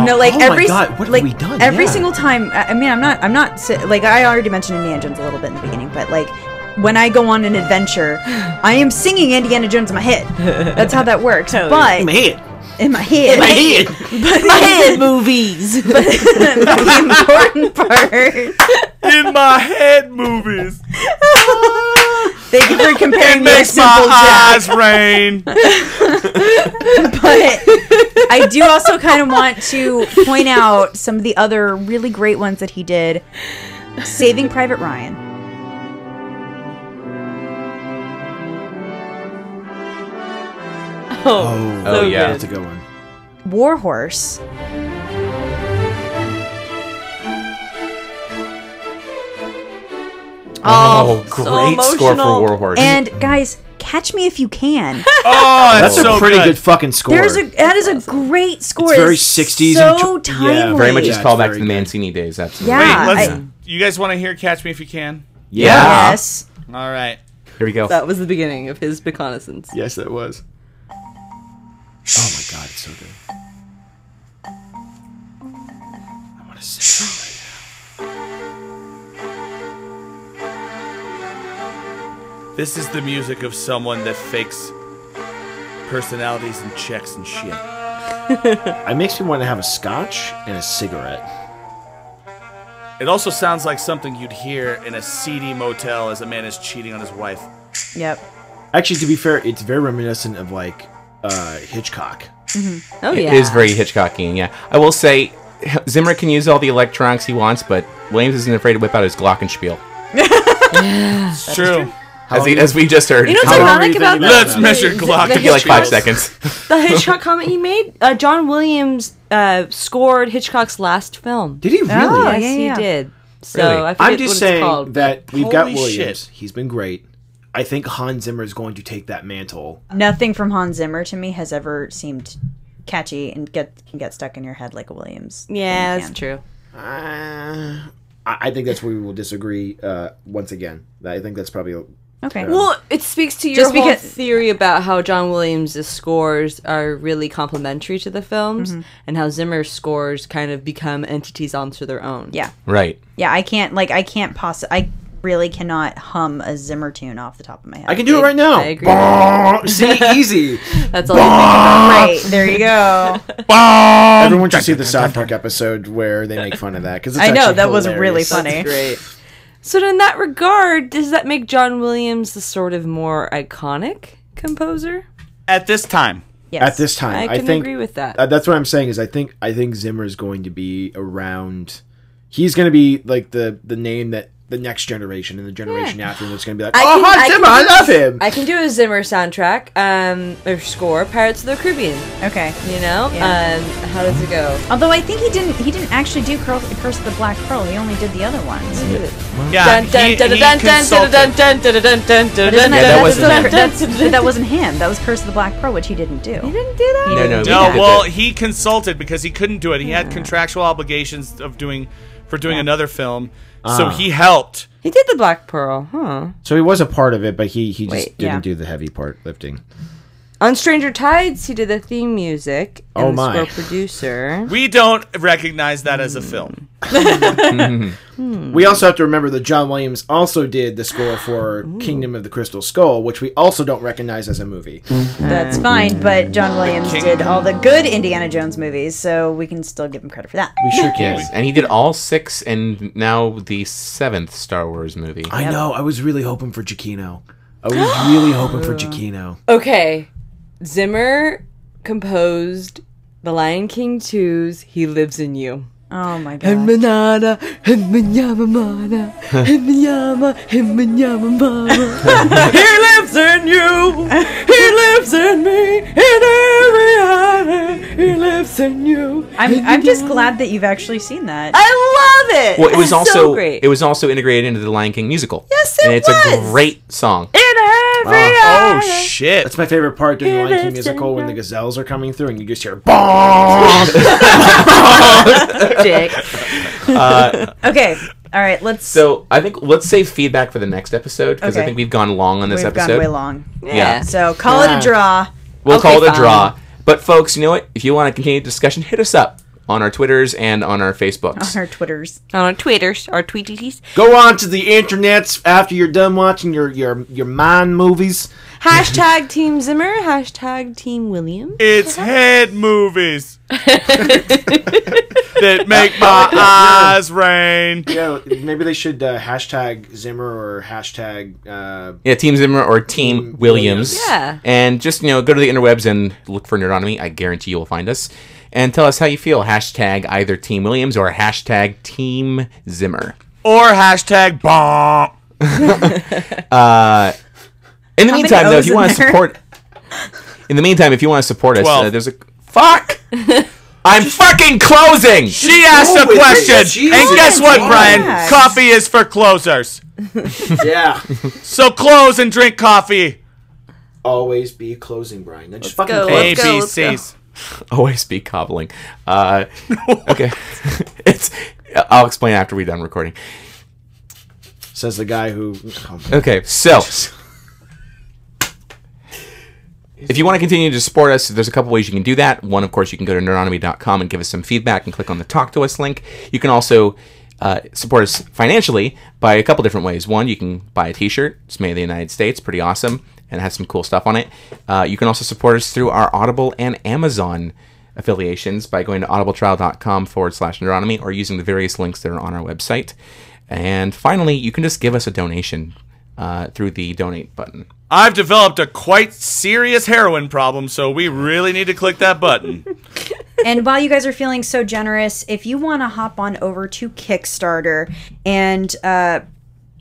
B: no, like
C: Oh my
B: every s-
C: God, what have
B: like
C: we done?
B: every
C: Yeah.
B: single time. I I mean, I'm not, I'm not si- like I already mentioned Indiana Jones a little bit in the beginning, but like when I go on an adventure, I am singing Indiana Jones in my head. That's how that works. but
C: Man,
B: in my head, in my
C: man.
F: Bad
B: the
F: movies.
B: important part.
E: in my head movies.
B: Thank you for comparing me to
E: Makes
B: Simple
E: my
B: Jack.
E: eyes rain. Oh,
B: But I do also kind of want to point out some of the other really great ones that he did. Saving Private Ryan.
F: oh,
D: Oh, yeah.
C: That's a good one.
B: Warhorse.
D: Oh,
F: so
D: great score for
F: emotional.
D: Warhorse.
B: And guys, catch me if you can.
E: Oh, that's
C: That's
E: so
C: a pretty good.
E: good.
C: fucking score.
B: There's a that is a great score.
C: It's very 60s and
B: So
C: tw- yeah,
B: timely.
D: very much
C: Yeah,
D: his callback
C: it's
D: to the
C: very
D: Mancini days, absolutely.
B: Yeah.
E: Wait,
B: I-
E: let's. You guys want to hear "Catch Me If You Can"?
D: Yeah.
B: Yes.
E: All right.
D: Here we go.
F: That was the beginning of his reconnaissance.
C: Yes, that was. Oh my god, it's so good. I want to sing.
E: This is the music of someone that fakes personalities and checks and shit.
C: It makes me want to have a scotch and a cigarette.
E: It also sounds like something you'd hear in a seedy motel as a man is cheating on his wife.
B: Yep.
C: Actually, to be fair, it's very reminiscent of like uh, Hitchcock.
F: Oh
D: It
F: yeah.
D: is very Hitchcockian. Yeah, I will say Zimmer can use all the electronics he wants, but Williams isn't afraid to whip out his Glockenspiel,
E: It's true.
D: as, he, as we just heard.
F: You know what's
C: How long were
F: ironic
C: you
F: about
C: thinking
F: that?
C: about
E: Let's that? measure
F: The-
E: Glock
F: the
E: to
D: Give you like five
F: Hitchcock's-
D: seconds.
F: The Hitchcock comment he made. Uh, John Williams uh, scored Hitchcock's last film.
C: Did he really?
B: Oh,
F: yes,
B: yeah,
F: he
B: yeah.
F: did. So
D: Really?
F: I forget
C: I'm just
F: what
C: saying
F: it's called.
C: that we've got
E: Holy
C: Williams.
E: shit.
C: He's been great. I think Hans Zimmer is going to take that mantle. Uh,
B: Nothing from Hans Zimmer to me has ever seemed catchy and get can get stuck in your head like a Williams.
F: yeah,
B: thing
F: that's
B: can.
F: true.
C: I, I think that's where we will disagree uh, once again. I think that's probably
B: Okay.
F: Well, it speaks to your
B: Just
F: whole
B: because-
F: theory about how John Williams' scores are really complementary to the films,
B: Mm-hmm.
F: and how Zimmer's scores kind of become entities onto their own.
B: yeah.
D: Right.
B: Yeah, I can't like I can't possibly I really cannot hum a Zimmer tune off the top of my head.
C: I can do it right now.
F: I agree.
C: Bah! See, easy.
F: That's all. You
B: Right. There you go.
C: Everyone should see the South Park episode where they make fun of that because
B: I know that was really funny.
F: think. Great. So, in that regard, does that make John Williams the sort of more iconic composer?
E: At this time,
B: Yes.
C: At this time,
F: I
C: I,
F: can
C: think
F: agree with that.
C: uh, that's what I'm saying is I think I think Zimmer is going to be around. He's going to be like the the name that the next generation and the generation after him is going to be like, oh,
F: can-
C: Hans
F: I
C: Zimmer,
F: can-
C: I love him.
F: I can do a Zimmer soundtrack, um, or score, Pirates of the Caribbean.
B: Okay.
F: You know,
B: Yeah.
F: um, how does it go?
B: Although I think he didn't he didn't actually do Curl, Curse of the Black Pearl. He only did the other ones.
E: yeah,
F: Dun
E: he,
F: dun
E: he
F: dun dun dun dun
E: consulted.
F: dun dun dun dun dun dun
B: But isn't that,
F: dun
D: that
B: that,
D: wasn't
B: wasn't
D: him.
B: that, wasn't him. That was Curse of the Black Pearl, which he didn't do. He
F: didn't do that.
D: No, no. we
E: No,
D: did
E: well,
D: that.
E: he consulted because he couldn't do it. He had contractual obligations of doing for doing another film,
F: Ah.
E: so he helped.
F: He did the Black Pearl, huh?
C: so he was a part of it, but he he just
F: Wait,
C: didn't
B: yeah.
C: do the heavy part lifting.
F: On Stranger Tides, he did the theme music and
C: Oh
F: the
C: my.
F: score producer.
E: We don't recognize that as a film.
F: Hmm.
C: We also have to remember that John Williams also did the score for Kingdom of the Crystal Skull, which we also don't recognize as a movie.
B: That's fine, but John Williams did all the good Indiana Jones movies, so we can still give him credit for that.
C: We sure can.
D: Yes, and he did all six, and now the seventh Star Wars movie.
C: I know. I was really hoping for Giacchino. I was really hoping for Giacchino.
F: Okay, Zimmer composed The Lion King 2's "He Lives in You."
B: Oh my god.
F: Manana, himanyamamana, himanyama, himanyamamama. He lives in you. He lives in me. In every He lives in you.
B: I'm, I'm just glad that you've actually seen that.
F: I love it.
D: Well, it was
F: It's
D: also
F: so great.
D: it was also integrated into the Lion King musical.
F: Yes, it
D: and it's a
F: was!
D: great song.
F: in every
E: Oh
F: eye.
E: shit!
C: That's my favorite part during the Lion King
F: Give it to
C: musical
F: me.
C: when the gazelles are coming through and you just hear "Bong."
F: dick.
B: Okay. All right, let's.
D: So I think let's save feedback for the next episode because I
B: Okay.
D: think we've gone long on this
B: we've
D: episode.
B: gone way long.
D: Yeah.
B: So call it
C: Yeah.
B: a draw.
D: We'll
F: Okay,
D: call it a
F: fine.
D: draw. But folks, you know what? If you want to continue the discussion, hit us up. on our Twitters and on our Facebooks.
B: on our Twitters.
F: on our Twitters, our tweeties.
C: Go on to the internets after you're done watching your your your mind movies.
F: Hashtag Team Zimmer. Hashtag Team William.
E: It's head movies that make my eyes rain.
C: Yeah, maybe they should uh, hashtag Zimmer or hashtag. Uh,
D: Yeah, Team Zimmer or Team Williams.
F: Yeah.
D: And just, you know, go to the interwebs and look for Nerdonomy. I guarantee you'll find us. And tell us how you feel. Hashtag either Team Williams or hashtag Team Zimmer.
E: Or hashtag bonk.
D: In the
B: many
D: meantime, though, if
B: O's
D: you
B: in
D: want to
B: there?
D: support. In the meantime, if you want to support us, uh,
E: Twelve.
D: there's a. Fuck! I'm fucking closing!
E: She asked a
F: Oh,
C: with it,
E: question.
C: Jesus.
E: And guess what,
B: Yeah.
E: Brian?
B: Yes.
E: Coffee is for closers.
C: yeah,
E: So close and drink coffee.
C: always be closing, Brian. Then just fucking
F: go.
E: A,
C: close.
F: Let's go,
E: B,
F: let's go.
E: C's.
D: Always be cobbling. Uh, okay. it's. I'll explain after we're done recording.
C: Says the guy who. oh my-
D: Okay, so if you want to continue to support us, there's a couple ways you can do that. One, of course, you can go to nerdonomy.com and give us some feedback and click on the Talk to Us link. You can also uh, support us financially by a couple different ways. One, you can buy a t shirt, it's made in the United States, pretty awesome, and has some cool stuff on it. Uh, you can also support us through our Audible and Amazon affiliations by going to audibletrial.com forward slash neuronomy or using the various links that are on our website. And finally, you can just give us a donation uh, through the donate button.
E: I've developed a quite serious heroin problem, so we really need to click that button.
B: and while you guys are feeling so generous, if you want to hop on over to Kickstarter and uh,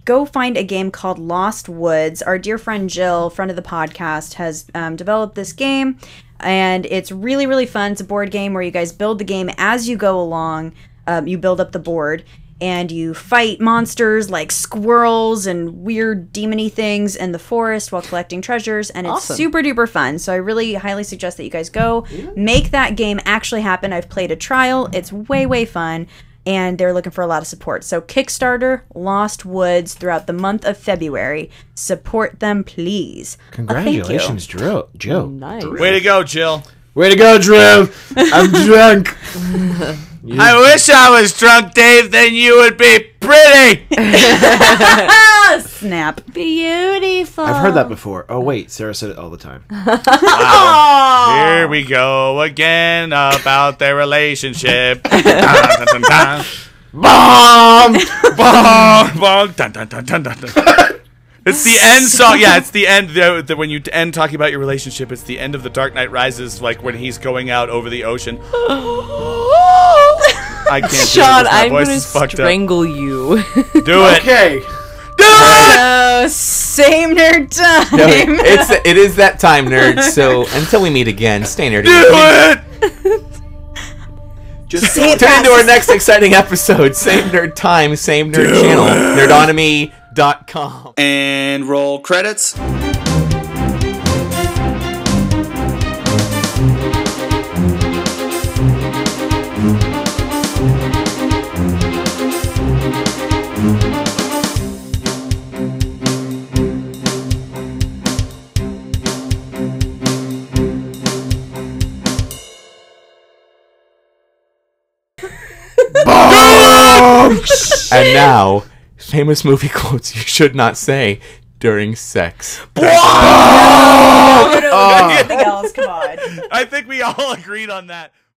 B: go find a game called Lost Woods, our dear friend Jill, friend of the podcast, has um, developed this game. And it's really, really fun. It's a board game where you guys build the game as you go along. Um, you build up the board and you fight monsters like squirrels and weird demony things in the forest while collecting treasures. And it's
F: Awesome.
B: super super duper fun. So I really highly suggest that you guys go make that game actually happen. I've played a trial. It's way way fun and they're looking for a lot of support. So Kickstarter Lost Woods throughout the month of February. Support them please. Uh, thank you.
C: Congratulations, Drew. Joe.
F: Nice.
E: Way to go, Jill.
C: Way to go, Drew. I'm drunk.
E: I wish I was drunk, Dave. Then you would be pretty.
B: Snap.
F: Beautiful.
C: I've heard that before. Oh wait, Sarah said it all the time.
E: Here we go again about their relationship. Dun, dun, dun, dun.
C: Bomb.
E: Bong, bong, dun, dun, dun, dun, dun, dun. It's the end song. Yeah, it's the end. The, the, when you end talking about your relationship, it's the end of The Dark Knight Rises, like when he's going out over the ocean. I can't
F: Sean,
E: do it. 'cause My
F: I'm
E: voice
F: gonna
E: is fucked
F: strangle you.
E: up. Do it.
C: Okay.
E: Do it.
B: Oh, same nerd time.
D: No, it's it is that time, nerds. So until we meet again, stay nerdy.
E: Do it.
C: Just
B: Say it
D: Tune into
B: fast.
D: our next exciting episode. Same nerd time, same nerd channel. Nerdonomy.com.
E: And roll credits.
D: And now, famous movie quotes you should not say during sex.
B: Oh, no, nothing else. Come on.
E: I think we all agreed on that.